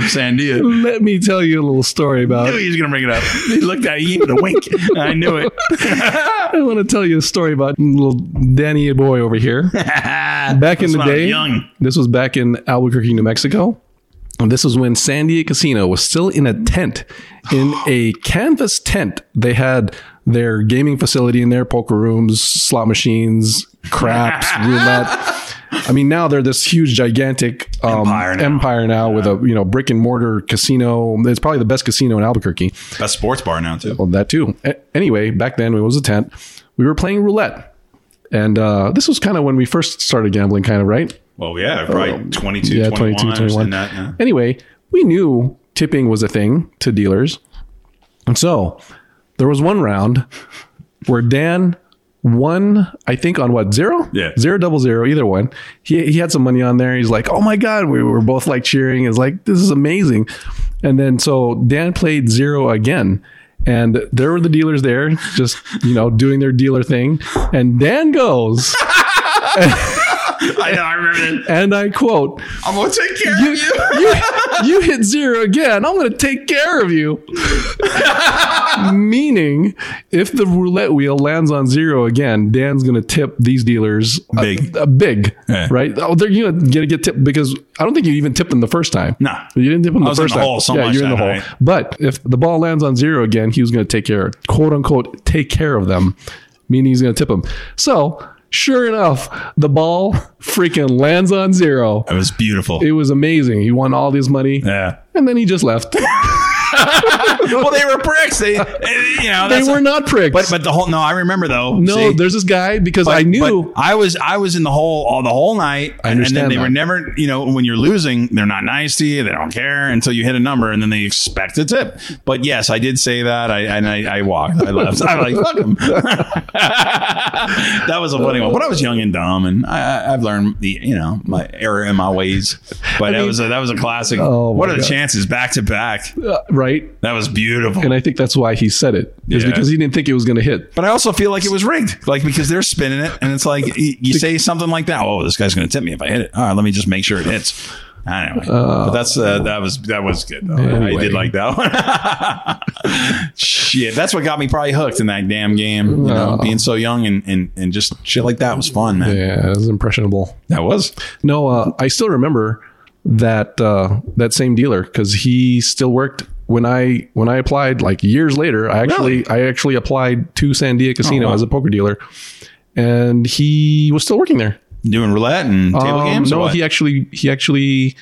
D: Sandia.
B: let me tell you a little story
D: I
B: about.
D: knew he was gonna bring it up. He looked at you with a wink. I knew it.
B: I want to tell you a story about little Danny boy over here. back in the
D: when I was
B: day,
D: young.
B: this was back in Albuquerque, New Mexico. And this was when Sandia Casino was still in a tent, in a canvas tent. They had their gaming facility in there, poker rooms, slot machines, craps, roulette. I mean, now they're this huge, gigantic um,
D: Empire
B: empire
D: now.
B: now, with a you know brick and mortar casino. It's probably the best casino in Albuquerque.
D: That's sports bar now too.
B: Well, that too. A- anyway, back then it was a tent. We were playing roulette, and uh, this was kind of when we first started gambling, kind of right.
D: Well, yeah, probably 22,
B: Oh, yeah, 22, 21. Anyway, we knew tipping was a thing to dealers, and so there was one round where Dan won. I think on what zero?
D: Yeah.
B: zero double zero, either one. He he had some money on there. He's like, oh my god, we were both like cheering. It's like this is amazing, and then so Dan played zero again. And there were the dealers there, just you know, doing their dealer thing. And Dan goes,
D: I know. I remember that.
B: and I quote,
D: I'm gonna take care
B: you, you, you hit zero again. I'm going to take care of you. Meaning, if the roulette wheel lands on zero again, Dan's going to tip these dealers a-
D: Big.
B: a, big,
D: Yeah.
B: right? Oh, they're going to get tipped because I don't think you even tipped them the first time.
D: Nah.
B: you didn't tip them the
D: was in
B: first
D: the
B: time.
D: hole so
B: yeah,
D: much
B: you're in the
D: that
B: hole.
D: night.
B: But if the ball lands on zero again, he was going to take care, quote unquote, take care of them, meaning he's going to tip them. So. Sure enough, the ball freaking lands on zero.
D: It was beautiful.
B: It was amazing. He won all this money,
D: yeah.
B: and then he just left.
D: Well, they were pricks. They, you know,
B: they
D: that's-
B: were not pricks.
D: But but the whole no, I remember though.
B: no,
D: See?
B: there's this guy because I knew.
D: But I was I was in the hole all the whole night. I
B: understand
D: And then they
B: that.
D: were never, you know, when you're losing, they're not nice to you. They don't care until you hit a number, and then they expect a tip. But yes, I did say that. I and I, I walked. I left. I'm like fuck 'em. that was a funny one. But I was young and dumb, and I, I- I've learned the you know my error in my ways. But that was a, that was a classic.
B: Oh,
D: what
B: my
D: are the
B: God.
D: chances back to back?
B: uh, right,
D: That was beautiful.
B: and I think that's why he said it is
D: Yeah.
B: because he didn't think it was going to hit.
D: But I also feel like it was rigged, like because they're spinning it, and it's like y- you say something like that. Oh, this guy's going to tip me if I hit it. All right, let me just make sure it hits. Anyway, but that's uh, that was that was good. Though. I
B: Anyway.
D: did like that one. shit, that's what got me probably hooked in that damn game. You know, being so young and and and just shit like that was fun, man.
B: Oh. Yeah, it was impressionable.
D: That was
B: No, uh, I still remember that uh, that same dealer because he still worked when I when I applied like years later. I actually I actually applied to Sandia Casino
D: Oh, wow.
B: as a poker dealer, and he was still working there.
D: doing roulette and table
B: Um,
D: games. or
B: no,
D: what?
B: he actually he actually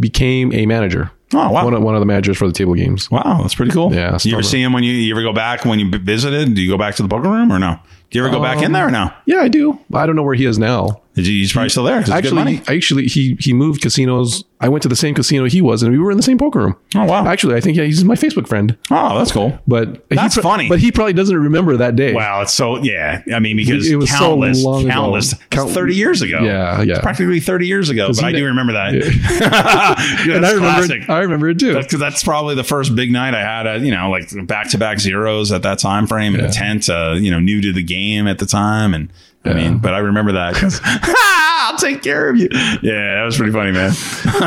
B: became a manager.
D: Oh, wow.
B: One of, one of the managers for the table games.
D: Wow, that's pretty cool.
B: Yeah,
D: You
B: still-
D: ever see him when you, you ever go back when you b- visited? Do you go back to the poker room or no? Do you ever go back
B: Um,
D: in there or no?
B: Yeah, I do. I don't know where he is now.
D: Did you, he's probably still there. It's good
B: Actually,
D: money.
B: actually, he he moved casinos. I went to the same casino he was, and we were in the same poker room.
D: Oh, wow.
B: Actually, I think yeah, he's my Facebook friend.
D: Oh, that's cool.
B: But
D: That's
B: he
D: funny.
B: But he probably doesn't remember that day.
D: Wow, it's so yeah. I mean, because
B: It was so
D: countless,
B: long ago.
D: countless, it's
B: Count-
D: thirty years ago.
B: Yeah, yeah.
D: It's practically thirty years ago. But
B: he
D: I do
B: ne-
D: remember that.
B: Yeah.
D: Yeah,
B: and I
D: that's
B: remember.
D: classic.
B: I remember it too.
D: That's because that's probably the first big night I had. Uh, you know, like back to back zeros at that time frame in a tent. Uh, you know, new to the game at the time, and I mean, but I remember that. 'cause, I'll take care of you. Yeah, that was pretty funny, man.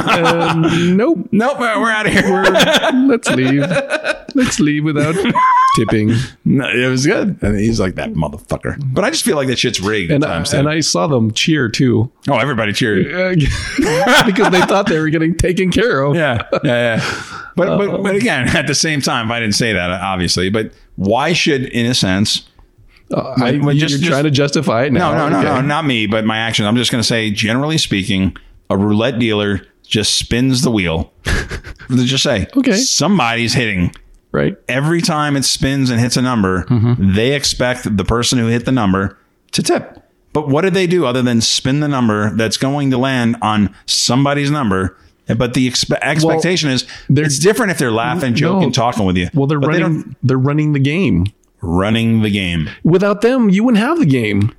B: Um, nope.
D: Nope, uh, we're out of here.
B: Let's leave. Let's leave without tipping.
D: No, it was good. And he's like that motherfucker. But I just feel like that shit's rigged
B: And
D: at
B: I,
D: times. too.
B: and I saw them cheer too
D: oh, everybody cheered.
B: Uh, because they thought they were getting taken care of.
D: yeah, yeah, yeah. But, but but again, at the same time, if I didn't say that, obviously. But why should, in a sense,
B: Uh, I,
D: When- when
B: you're
D: just-
B: trying to justify it now.
D: no, no, no,
B: Okay.
D: no, not me, but my actions. I'm just going to say, generally speaking, a roulette dealer just spins the wheel. Let's just say,
B: Okay.
D: somebody's hitting.
B: Right.
D: Every time it spins and hits a number,
B: Mm-hmm.
D: they expect the person who hit the number to tip. But what did they do other than spin the number that's going to land on somebody's number? But the expe- expectation is
B: they're-
D: it's different if they're laughing, joking, talking with you.
B: Well, they're
D: But they
B: running.
D: don't-
B: They are running the game.
D: running the game.
B: Without them, you wouldn't have the game.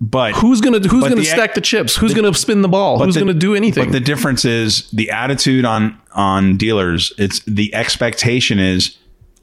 D: But
B: Who's gonna Who's
D: But
B: gonna
D: the ac-
B: stack the chips? Who's gonna spin the ball? Who's
D: the-
B: gonna do anything?
D: But the difference is the attitude on on dealers. It's the expectation is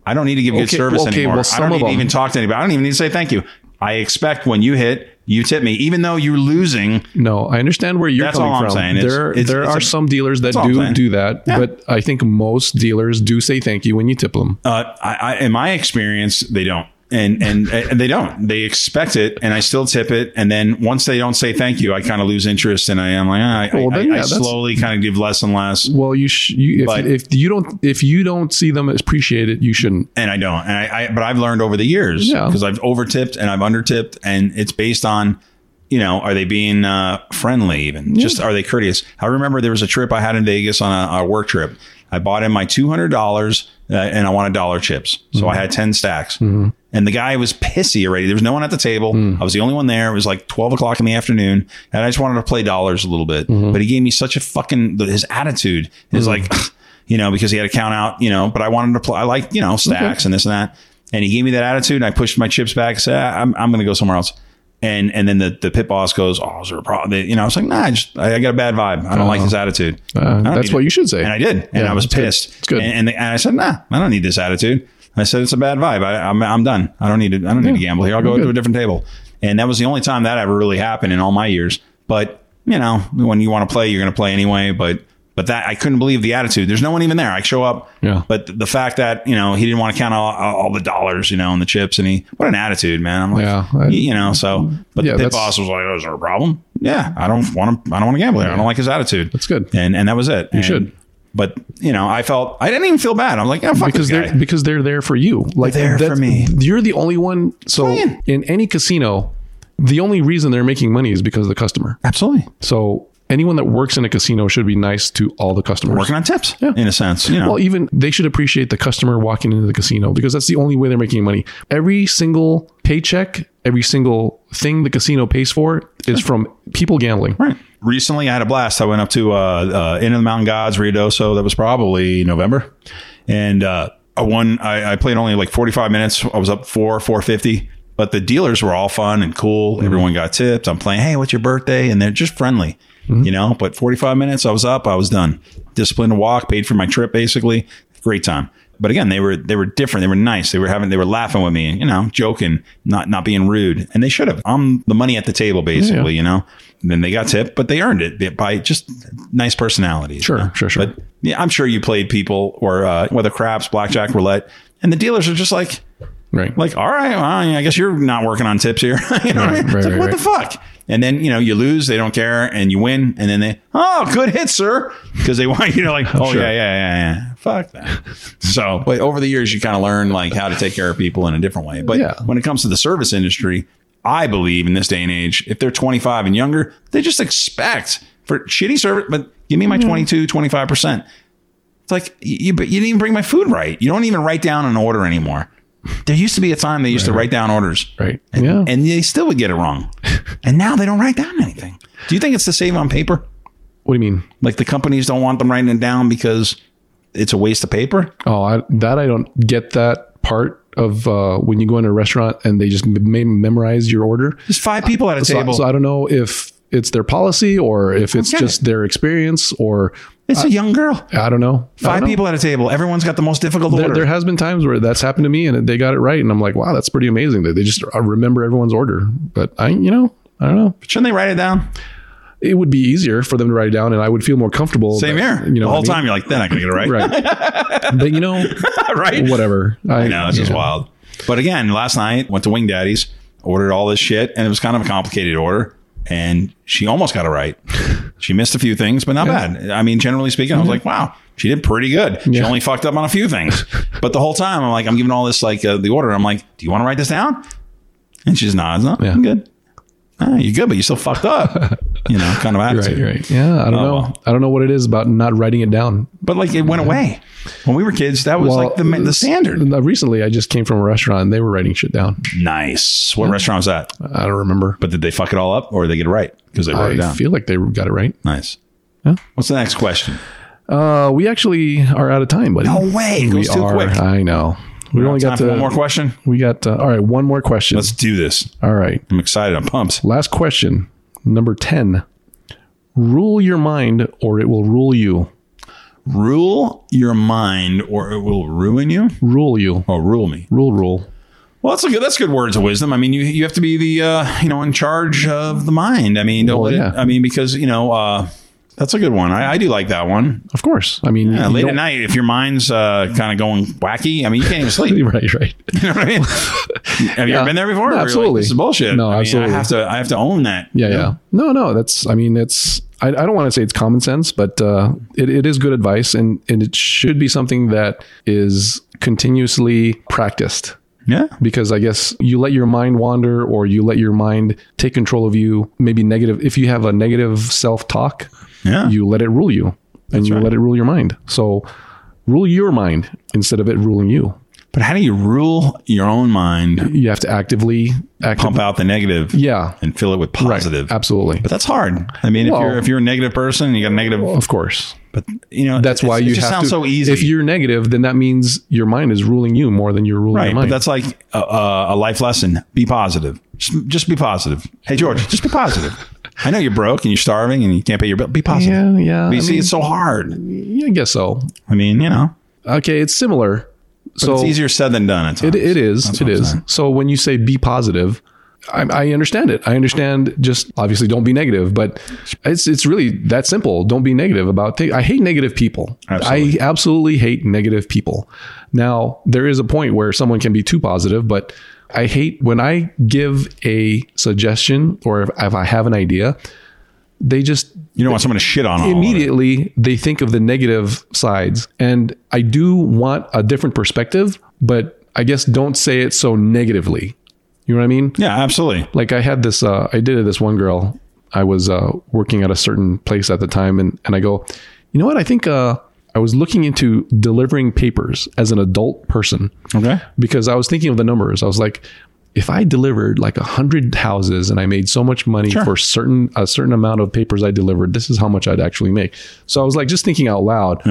D: I don't need to give good
B: Okay,
D: service
B: well, okay,
D: anymore.
B: well,
D: I
B: some
D: don't
B: of
D: need to
B: them-
D: even talk to anybody. I don't even need to say thank you. I expect when you hit, you tip me, even though you're losing.
B: No, I understand where you're
D: That's
B: coming
D: all I'm
B: from.
D: saying. It's-
B: There,
D: it's-
B: there
D: it's
B: are
D: a-
B: some dealers that
D: all I'm saying.
B: do do that, but I think most dealers do say thank you when you tip them.
D: Uh, I, I, in my experience, they don't. And, and and they don't. They expect it, and I still tip it. And then once they don't say thank you, I kind of lose interest, and I am like, ah, I,
B: Well, then,
D: I-
B: yeah,
D: I
B: that's-
D: slowly kind of give less and less.
B: Well, you, sh- you if,
D: But-
B: if you don't if you don't see them appreciate it, you shouldn't.
D: and I don't. And I, I but I've learned over the years
B: Yeah.
D: because I've overtipped and I've undertipped, and it's based on, you know, are they being uh, friendly? Even just are they courteous? I remember there was a trip I had in Vegas on a, a work trip. I bought in my two hundred dollars uh, and I wanted dollar chips, so I had ten stacks. And the guy was pissy already. There was no one at the table. I was the only one there. It was like twelve o'clock in the afternoon, and I just wanted to play dollars a little bit. But he gave me such a fucking his attitude is like. you know, because he had to count out, you know, but I wanted to play, I like, you know, stacks and this and that. And he gave me that attitude and I pushed my chips back and said, "Ah, I'm, I'm going to go somewhere else. And, and then the, the pit boss goes, Oh, is there a problem? They- You know, I was like, nah, I just, I, I got a bad vibe. I don't like his attitude. I don't
B: Uh-huh. Uh, that's
D: need
B: what
D: it."
B: you should say.
D: And I did. And
B: Yeah,
D: I was
B: it's good.
D: pissed.
B: It's good.
D: And, and, they- and I said, nah, I don't need this attitude. I said, it's a bad vibe. I, I'm, I'm done. I don't need to, I don't need to gamble here. I'll go to a different table. And that was the only time that ever really happened in all my years. But you know, when you want to play, you're going to play anyway. But, but that I couldn't believe the attitude. There's no one even there. I show up.
B: Yeah.
D: But th- the fact that, you know, he didn't want to count all, all the dollars, you know, and the chips and he, what an attitude, man. I'm like,
B: Yeah,
D: y-
B: I-
D: you know, so, but
B: Yeah,
D: the pit
B: that's-
D: boss was like, "Oh, is there a problem? Yeah. I don't want to, I don't want to gamble here. I don't like his attitude.
B: That's good.
D: And, and that was it. You
B: should.
D: But you know, I felt I didn't even feel bad. I'm like, yeah, fuck
B: because
D: this guy.
B: they're because they're there for you. Like
D: They're there for
B: that's-
D: me.
B: You're the only one. So
D: Fine.
B: in any casino, the only reason they're making money is because of the customer.
D: Absolutely
B: So anyone that works in a casino should be nice to all the customers.
D: working on tips, in a sense. You know,
B: Well, even they should appreciate the customer walking into the casino because that's the only way they're making money. Every single paycheck, every single thing the casino pays for is from people gambling.
D: right. Recently, I had a blast. I went up to uh, uh, Inn of the Mountain Gods, Rio Doso. That was probably November, and uh, I won. I, I played only like 45 minutes. I was up four, 450. But the dealers were all fun and cool.
B: Mm-hmm.
D: Everyone got tipped. I'm playing. Hey, what's your birthday? And they're just friendly,
B: Mm-hmm.
D: you know. But 45 minutes, I was up. I was done. Disciplined to walk. Paid for my trip. Basically, great time. but again, they were they were different. They were nice. They were having they were laughing with me, you know, joking, not not being rude. And they should have. I'm the money at the table, basically, you know. And then they got tipped, but they earned it by just nice personality.
B: Sure, sure, sure.
D: But yeah, I'm sure you played people or uh, whether craps, blackjack, roulette, and the dealers are just like
B: Right.
D: like, all right, well, I guess you're not working on tips here. you know what, I mean?
B: right,
D: It's like,
B: right,
D: what the fuck? And then, you know, you lose, they don't care, and you win, and then they, oh, good hit, sir. Because they want you to like, oh,
B: Sure.
D: yeah, yeah, yeah, yeah. Fuck that. so, but over the years, you kind of learn like how to take care of people in a different way. But
B: Yeah.
D: when it comes to the service industry, I believe in this day and age, if they're 25 and younger, they just expect for shitty service, but give me my
B: Mm-hmm.
D: 22, 25%. It's like you, you- but you didn't even bring my food right. You don't even write down an order anymore. There used to be a time they used to write down orders,
B: Right.
D: And,
B: Yeah.
D: and they still would get it wrong. and now they don't write down anything. Do you think it's the same on paper?
B: What do you mean?
D: Like the companies don't want them writing it down because it's a waste of paper.
B: Oh, I, that I don't get that part of uh, when you go in a restaurant and they just mem- memorize your order.
D: There's five people at a
B: So,
D: table.
B: so I don't know if it's their policy or if it's
D: Okay.
B: just their experience or
D: it's a young girl.
B: I don't know. I don't
D: Five
B: know.
D: people at a table. Everyone's got the most difficult
B: There,
D: order.
B: there has been times where that's happened to me and they got it right. And I'm like, wow, that's pretty amazing that they just I remember everyone's order. But I, you know, I don't know.
D: Shouldn't they write it down?
B: It would be easier for them to write it down and I would feel more comfortable.
D: Same
B: that-
D: here.
B: You know,
D: the whole
B: what I
D: time you're like, they're not gonna get it right.
B: mean? Right. but you know,
D: right?
B: whatever.
D: I know it's just
B: yeah.
D: wild. But again, last night went to Wing Daddy's, ordered all this shit, and it was kind of a complicated order. And she almost got it right. She missed a few things, but not bad. I mean, generally speaking, I was like, wow, she did pretty good. She
B: Yeah.
D: only fucked up on a few things. but the whole time, I'm like, I'm giving all this like uh, the order. I'm like, do you want to write this down? And she just nods. No,
B: Yeah.
D: I'm good. "Ah, you're good, but you still fucked up. you know, kind of attitude.
B: Right, right. Yeah, I don't
D: Oh,
B: know.
D: well.
B: I don't know what it is about not writing it down.
D: But like, it went away. When we were kids, that was like the ma- the
B: s-
D: standard.
B: uh, Recently, I just came from a restaurant and they were writing shit down.
D: Nice. What restaurant was that?
B: I don't remember.
D: But did they fuck it all up or did they get it right? Because they wrote it
B: I
D: down.
B: feel like they got it right.
D: nice. What's the next question?
B: Uh, we actually are out of time, buddy.
D: No way. It
B: we
D: goes too
B: are.
D: quick.
B: I know. We only
D: Time
B: got
D: for
B: to,
D: one more question.
B: We got uh, all right. One more question.
D: Let's do this.
B: all right.
D: I'm excited. I'm pumped.
B: Last question, number ten. Rule your mind, or it will rule you.
D: Rule your mind or it will ruin you.
B: Rule you.
D: Or rule me.
B: Rule rule.
D: Well, that's a good. That's good words of wisdom. I mean, you you have to be the uh, you know in charge of the mind. I mean, don't
B: Well,
D: let it,
B: yeah.
D: I mean because you know uh, that's a good one. I, I do like that one.
B: Of course. I mean,
D: Yeah,
B: you
D: late at
B: don't-
D: night, if your mind's uh, kind of going wacky, I mean, you can't even sleep.
B: Right, right.
D: You know what I mean? have you
B: Yeah.
D: ever been there before?
B: No,
D: Where you're like,
B: absolutely.
D: this is bullshit.
B: No,
D: I mean,
B: absolutely.
D: I have to. I have to own that.
B: Yeah, yeah. No, no, that's, I mean, it's, I, I don't want to say it's common sense, but uh, it, it is good advice and, and it should be something that is continuously practiced
D: Yeah.
B: because I guess you let your mind wander or you let your mind take control of you, maybe negative. If you have a negative self talk,
D: Yeah.
B: you let it rule you and you
D: right.
B: let it rule your mind. So rule your mind instead of it ruling you.
D: but how do you rule your own mind?
B: You have to actively act.
D: Pump out the negative.
B: Yeah.
D: And fill it with positive.
B: Absolutely.
D: But that's hard. I mean, if
B: Well-
D: you're if you're a negative person, and you got a negative.
B: Of course.
D: but you know,
B: That's
D: it's-
B: why
D: it
B: you
D: just
B: have
D: sounds
B: to.
D: so easy.
B: If you're negative, then that means your mind is ruling you more than you're ruling
D: right,
B: your
D: but
B: mind.
D: that's like a, a a life lesson. Be positive. Just, just be positive. Hey George, just be positive. I know you're broke and you're starving and you can't pay your bill. Be positive.
B: yeah, yeah.
D: But you
B: I,
D: see,
B: mean,
D: it's so hard.
B: yeah, I guess so.
D: I mean, you know,
B: Okay, it's similar. so
D: it's easier said than done. At
B: It,
D: times.
B: it is.
D: That's
B: it
D: what I'm
B: is.
D: saying.
B: So when you say be positive, I, I understand it. I understand. Just obviously, don't be negative. But it's it's really that simple. Don't be negative about things. I hate negative people.
D: Absolutely.
B: I absolutely hate negative people. Now there is a point where someone can be too positive, but I hate when I give a suggestion or if, if I have an idea, they just
D: You don't want someone to shit on all of it.
B: immediately they think of the negative sides and i do want a different perspective but i guess don't say it so negatively you know what i mean
D: Yeah, absolutely.
B: like i had this uh, i did this one girl i was uh, working at a certain place at the time and, and i go you know what i think uh, i was looking into delivering papers as an adult person
D: Okay.
B: because I was thinking of the numbers. I was like, if I delivered like a hundred houses and I made so much money for certain a certain amount of papers I delivered, this is how much I'd actually make. So I was like just thinking out loud.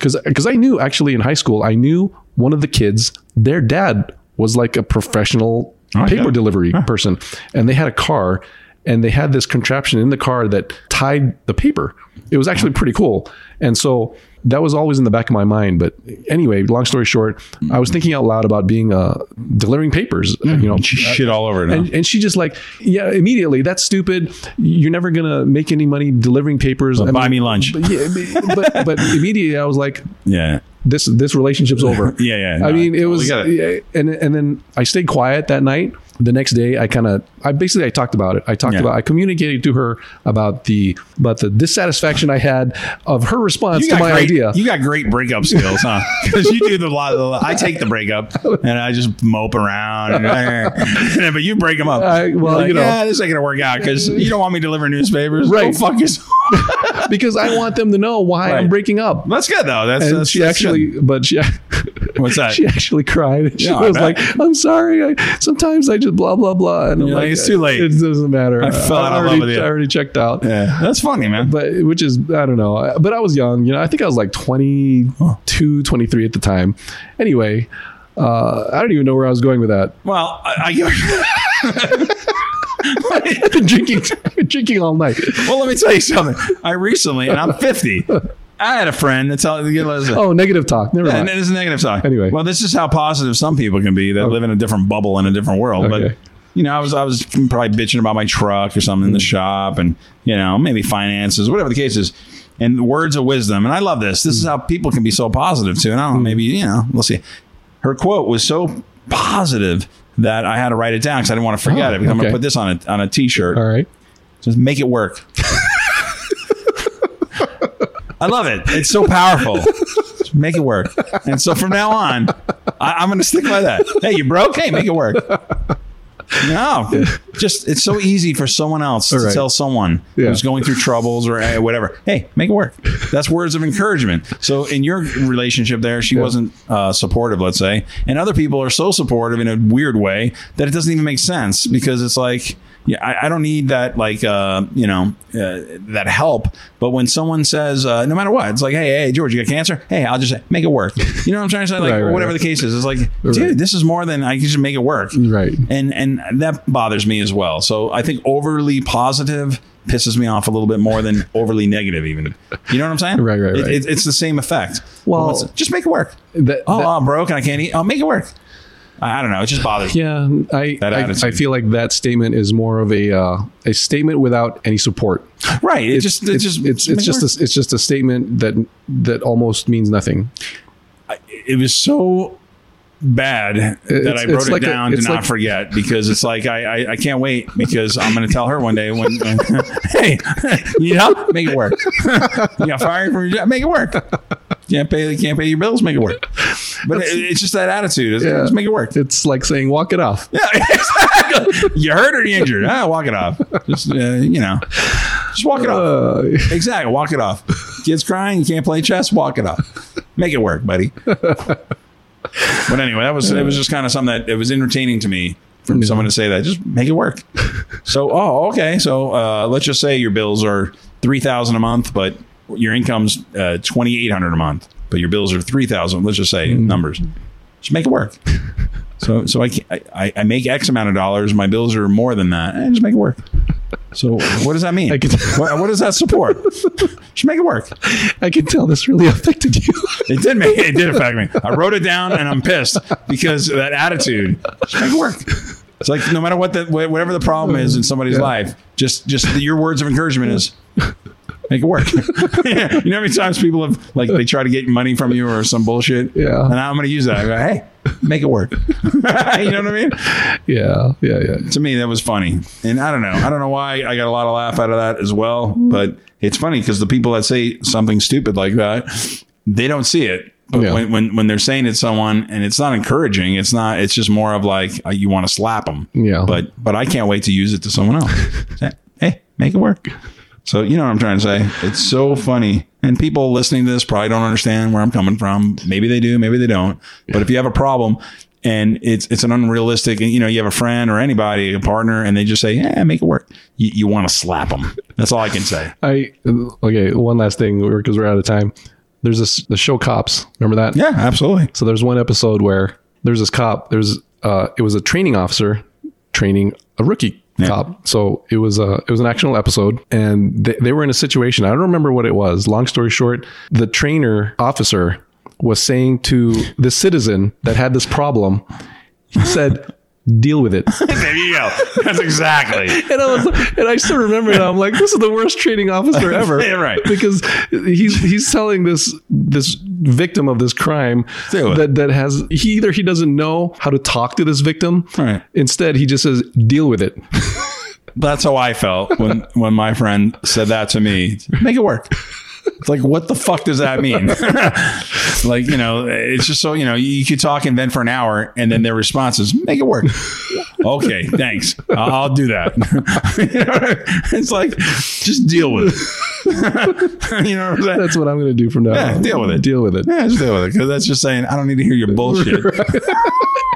B: Cause because I knew actually in high school, I knew one of the kids, their dad was like a professional
D: I get
B: paper
D: it.
B: delivery person. And they had a car and they had this contraption in the car that tied the paper. It was actually pretty cool. And so that was always in the back of my mind. But anyway, long story short, I was thinking out loud about being uh, delivering papers. You know,
D: Hmm. Shit all over now.
B: and, and she just like, yeah, immediately. That's stupid. You're never gonna make any money delivering papers. I
D: buy
B: mean,
D: me lunch.
B: But, yeah, but but immediately I was like,
D: yeah.
B: this this relationship's over.
D: Yeah, yeah,
B: I
D: no,
B: mean,
D: I
B: it was,
D: totally get
B: yeah, and and then I stayed quiet that night. The next day, I kind of, I basically, I talked about it. I talked
D: Yeah.
B: about, I communicated to her about the, about the dissatisfaction I had of her response
D: You
B: to
D: got,
B: my
D: great,
B: idea.
D: you got great breakup skills, huh? Because you do the lot. the- I take the breakup and I just mope around. and- eh. but you break them up.
B: I- well,
D: You're like,
B: you know.
D: yeah, this ain't gonna work out because you don't want me to deliver newspapers.
B: Right.
D: Go fuck yourself.
B: because I want them to know why I'm
D: Right.
B: breaking up.
D: That's good though. That's,
B: And
D: that's
B: she
D: that's
B: actually,
D: good.
B: but she,
D: What's that?
B: she actually cried. She
D: Uh, Yeah, I
B: was
D: bet.
B: like, "I'm sorry. I, sometimes I just blah blah blah." And I'm
D: You're like,
B: like,
D: "It's too late.
B: It doesn't matter. I
D: fell out of love
B: already,
D: with you."
B: I already checked out."
D: yeah, that's funny, man.
B: but which is i don't know I- but i was young you know i think i was like 22 23 at the time anyway uh, i don't even know where i was going with that
D: well, I, I
B: i've been drinking I've been drinking all night
D: well, let me tell you something. I recently, and I'm 50. I had a friend that's all.
B: oh negative talk never
D: And
B: mind
D: it is a negative side.
B: Anyway.
D: well, this is how positive some people can be that live in a different bubble in a different world. But
B: Okay.
D: you know, I was I was probably bitching about my truck or something in
B: Hmm.
D: the shop, and you know, maybe finances, whatever the case is. And words of wisdom, and I love this. This is
B: Hmm.
D: how people can be so positive too. And I don't know, maybe you know, we'll see. Her quote was so positive that I had to write it down because I didn't want to forget
B: Oh,
D: it. Because I'm going
B: okay.
D: to put this on a on a T-shirt.
B: all right
D: Just make it work. I love it. It's so powerful. Just make it work. And so from now on, I, I'm going to stick by that. Hey, you broke? Hey, make it work. No, just it's so easy for someone else to
B: All right.
D: tell someone
B: Yeah.
D: who's going through troubles or eh, whatever. Hey, make it work. That's words of encouragement. So in your relationship, there she wasn't uh, supportive, let's say, and other people are so supportive in a weird way that it doesn't even make sense because it's like, yeah, I, I don't need that like uh, you know uh, that help. But when someone says, uh, no matter what, it's like, hey, hey, George, you got cancer? Hey, I'll just make it work. You know what I'm trying to say? Like
B: Right, right,
D: whatever
B: right.
D: the case is, it's like, dude, this is more than I can just make it work
B: Right.
D: and and that bothers me as well. So I think overly positive pisses me off a little bit more than overly negative. Even you know what I'm saying?
B: Right, right,
D: It-
B: right.
D: it- it's the same effect.
B: Well-
D: What's- just make it work.
B: That-
D: oh,
B: that-
D: I'm broke and I can't eat. I'll make it work. I, I don't know. It just bothers. me.
B: yeah I,
D: That
B: I
D: attitude.
B: i feel like that statement is more of a uh, a statement without any support
D: Right. It
B: it's
D: just. It
B: it's
D: just.
B: it's,
D: make
B: it's
D: it
B: just
D: work.
B: a, it's just a statement that that almost means nothing
D: it was so bad that
B: It's-
D: I wrote
B: it's
D: it
B: like a-
D: down to
B: it's
D: not
B: like-
D: forget because it's like I, I I can't wait because I'm gonna tell her one day when, when hey you know make it work you got fired from your job make it work can't pay can't pay your bills make it work but it, it's just that attitude It's-
B: Yeah.
D: just make it work
B: it's like saying walk it off
D: yeah exactly you hurt or you injured ah walk it off just uh, you know just walk it off
B: uh,
D: exactly walk it off kids crying you can't play chess walk it off make it work buddy but anyway, that was it was just kind of something that it was entertaining to me from someone to say that. Just make it work. so, oh, okay. So uh, let's just say your bills are three thousand a month, but your income's uh, twenty eight hundred a month, but your bills are three thousand. Let's just say numbers. Just make it work. so, so I, can't- I I make X amount of dollars. My bills are more than that. Eh, just make it work. So, what does that mean?
B: I can-
D: what, what does that support? just make it work.
B: I can tell this really affected you.
D: It did make it did affect me. I wrote it down and I'm pissed because of that attitude Just make it work. It's like no matter what the wha- whatever the problem is in somebody's life, just just your words of encouragement is make it work. you know how many times people have like they try to get money from you or some bullshit.
B: Yeah.
D: and I'm gonna use that. I go, hey, make it work. you know what I mean?
B: yeah, yeah, yeah.
D: to me that was funny and i don't know i don't know why i got a lot of laugh out of that as well but it's funny because the people that say something stupid like that they don't see it but
B: Yeah.
D: when, when when they're saying it to someone and it's not encouraging it's not it's just more of like uh, you want to slap them
B: Yeah.
D: but but i can't wait to use it to someone else hey make it work so you know what i'm trying to say it's so funny and people listening to this probably don't understand where i'm coming from maybe they do maybe they don't but if you have a problem and it's it's an unrealistic you know you have a friend or anybody a partner and they just say yeah make it work you, you want to slap them that's all i can say
B: I okay. One last thing, because we're out of time. There's this the show Cops. Remember that?
D: yeah absolutely
B: So there's one episode where there's this cop. There's uh, it was a training officer training a rookie cop. So it was a it was an actual episode, and they, they were in a situation. I don't remember what it was. Long story short, the trainer officer was saying to the citizen that had this problem, he said, "Deal with it."
D: There you go. That's exactly.
B: And I was, and I still remember that. I'm like, this is the worst training officer ever,
D: Yeah, right.
B: Because he's he's telling this this victim of this crime
D: Do it.
B: that that has he either he doesn't know how to talk to this victim,
D: Right.
B: Instead, he just says, "Deal with it."
D: That's how I felt when when my friend said that to me. Make it work. It's like, what the fuck does that mean? like, you know, it's just so, you know, you could talk and vent for an hour and then their response is, make it work. okay, thanks. I'll, I'll do that. You know, it's like, just deal with it. you know what I'm saying?
B: That's what I'm going to do from now.
D: Yeah,
B: on.
D: deal with it.
B: Deal with it.
D: yeah, just deal with it. 'Cause that's just saying, I don't need to hear your bullshit.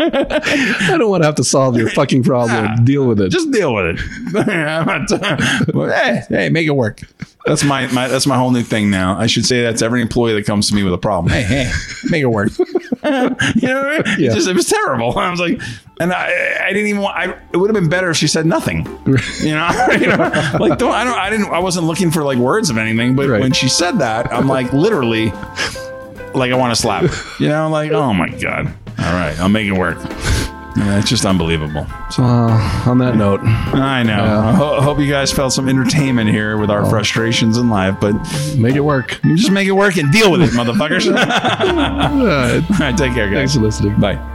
B: I don't want to have to solve your fucking problem.
D: Yeah.
B: Deal with it.
D: just deal with it. I'm not- Well, hey, hey, make it work. That's my, my that's my whole new thing now. I should say that to every employee that comes to me with a problem. Hey, hey, make it work. you know, what I mean?
B: Yeah.
D: It just it was terrible. I was like, and I I didn't even want. I, it would have been better if she said nothing. You know, You know? like don't I don't I didn't I wasn't looking for like words of anything. But
B: Right.
D: when she said that, I'm like literally. Like I want to slap, her. you know. Like, oh my god! All right, I'll make it work. Yeah, it's just unbelievable.
B: Uh, on that note,
D: I know. I ho- hope you guys felt some entertainment here with our frustrations in life, but
B: make it work.
D: just make it work and deal with it, motherfuckers. All
B: All right.
D: right, take care, guys.
B: Thanks for listening.
D: Bye.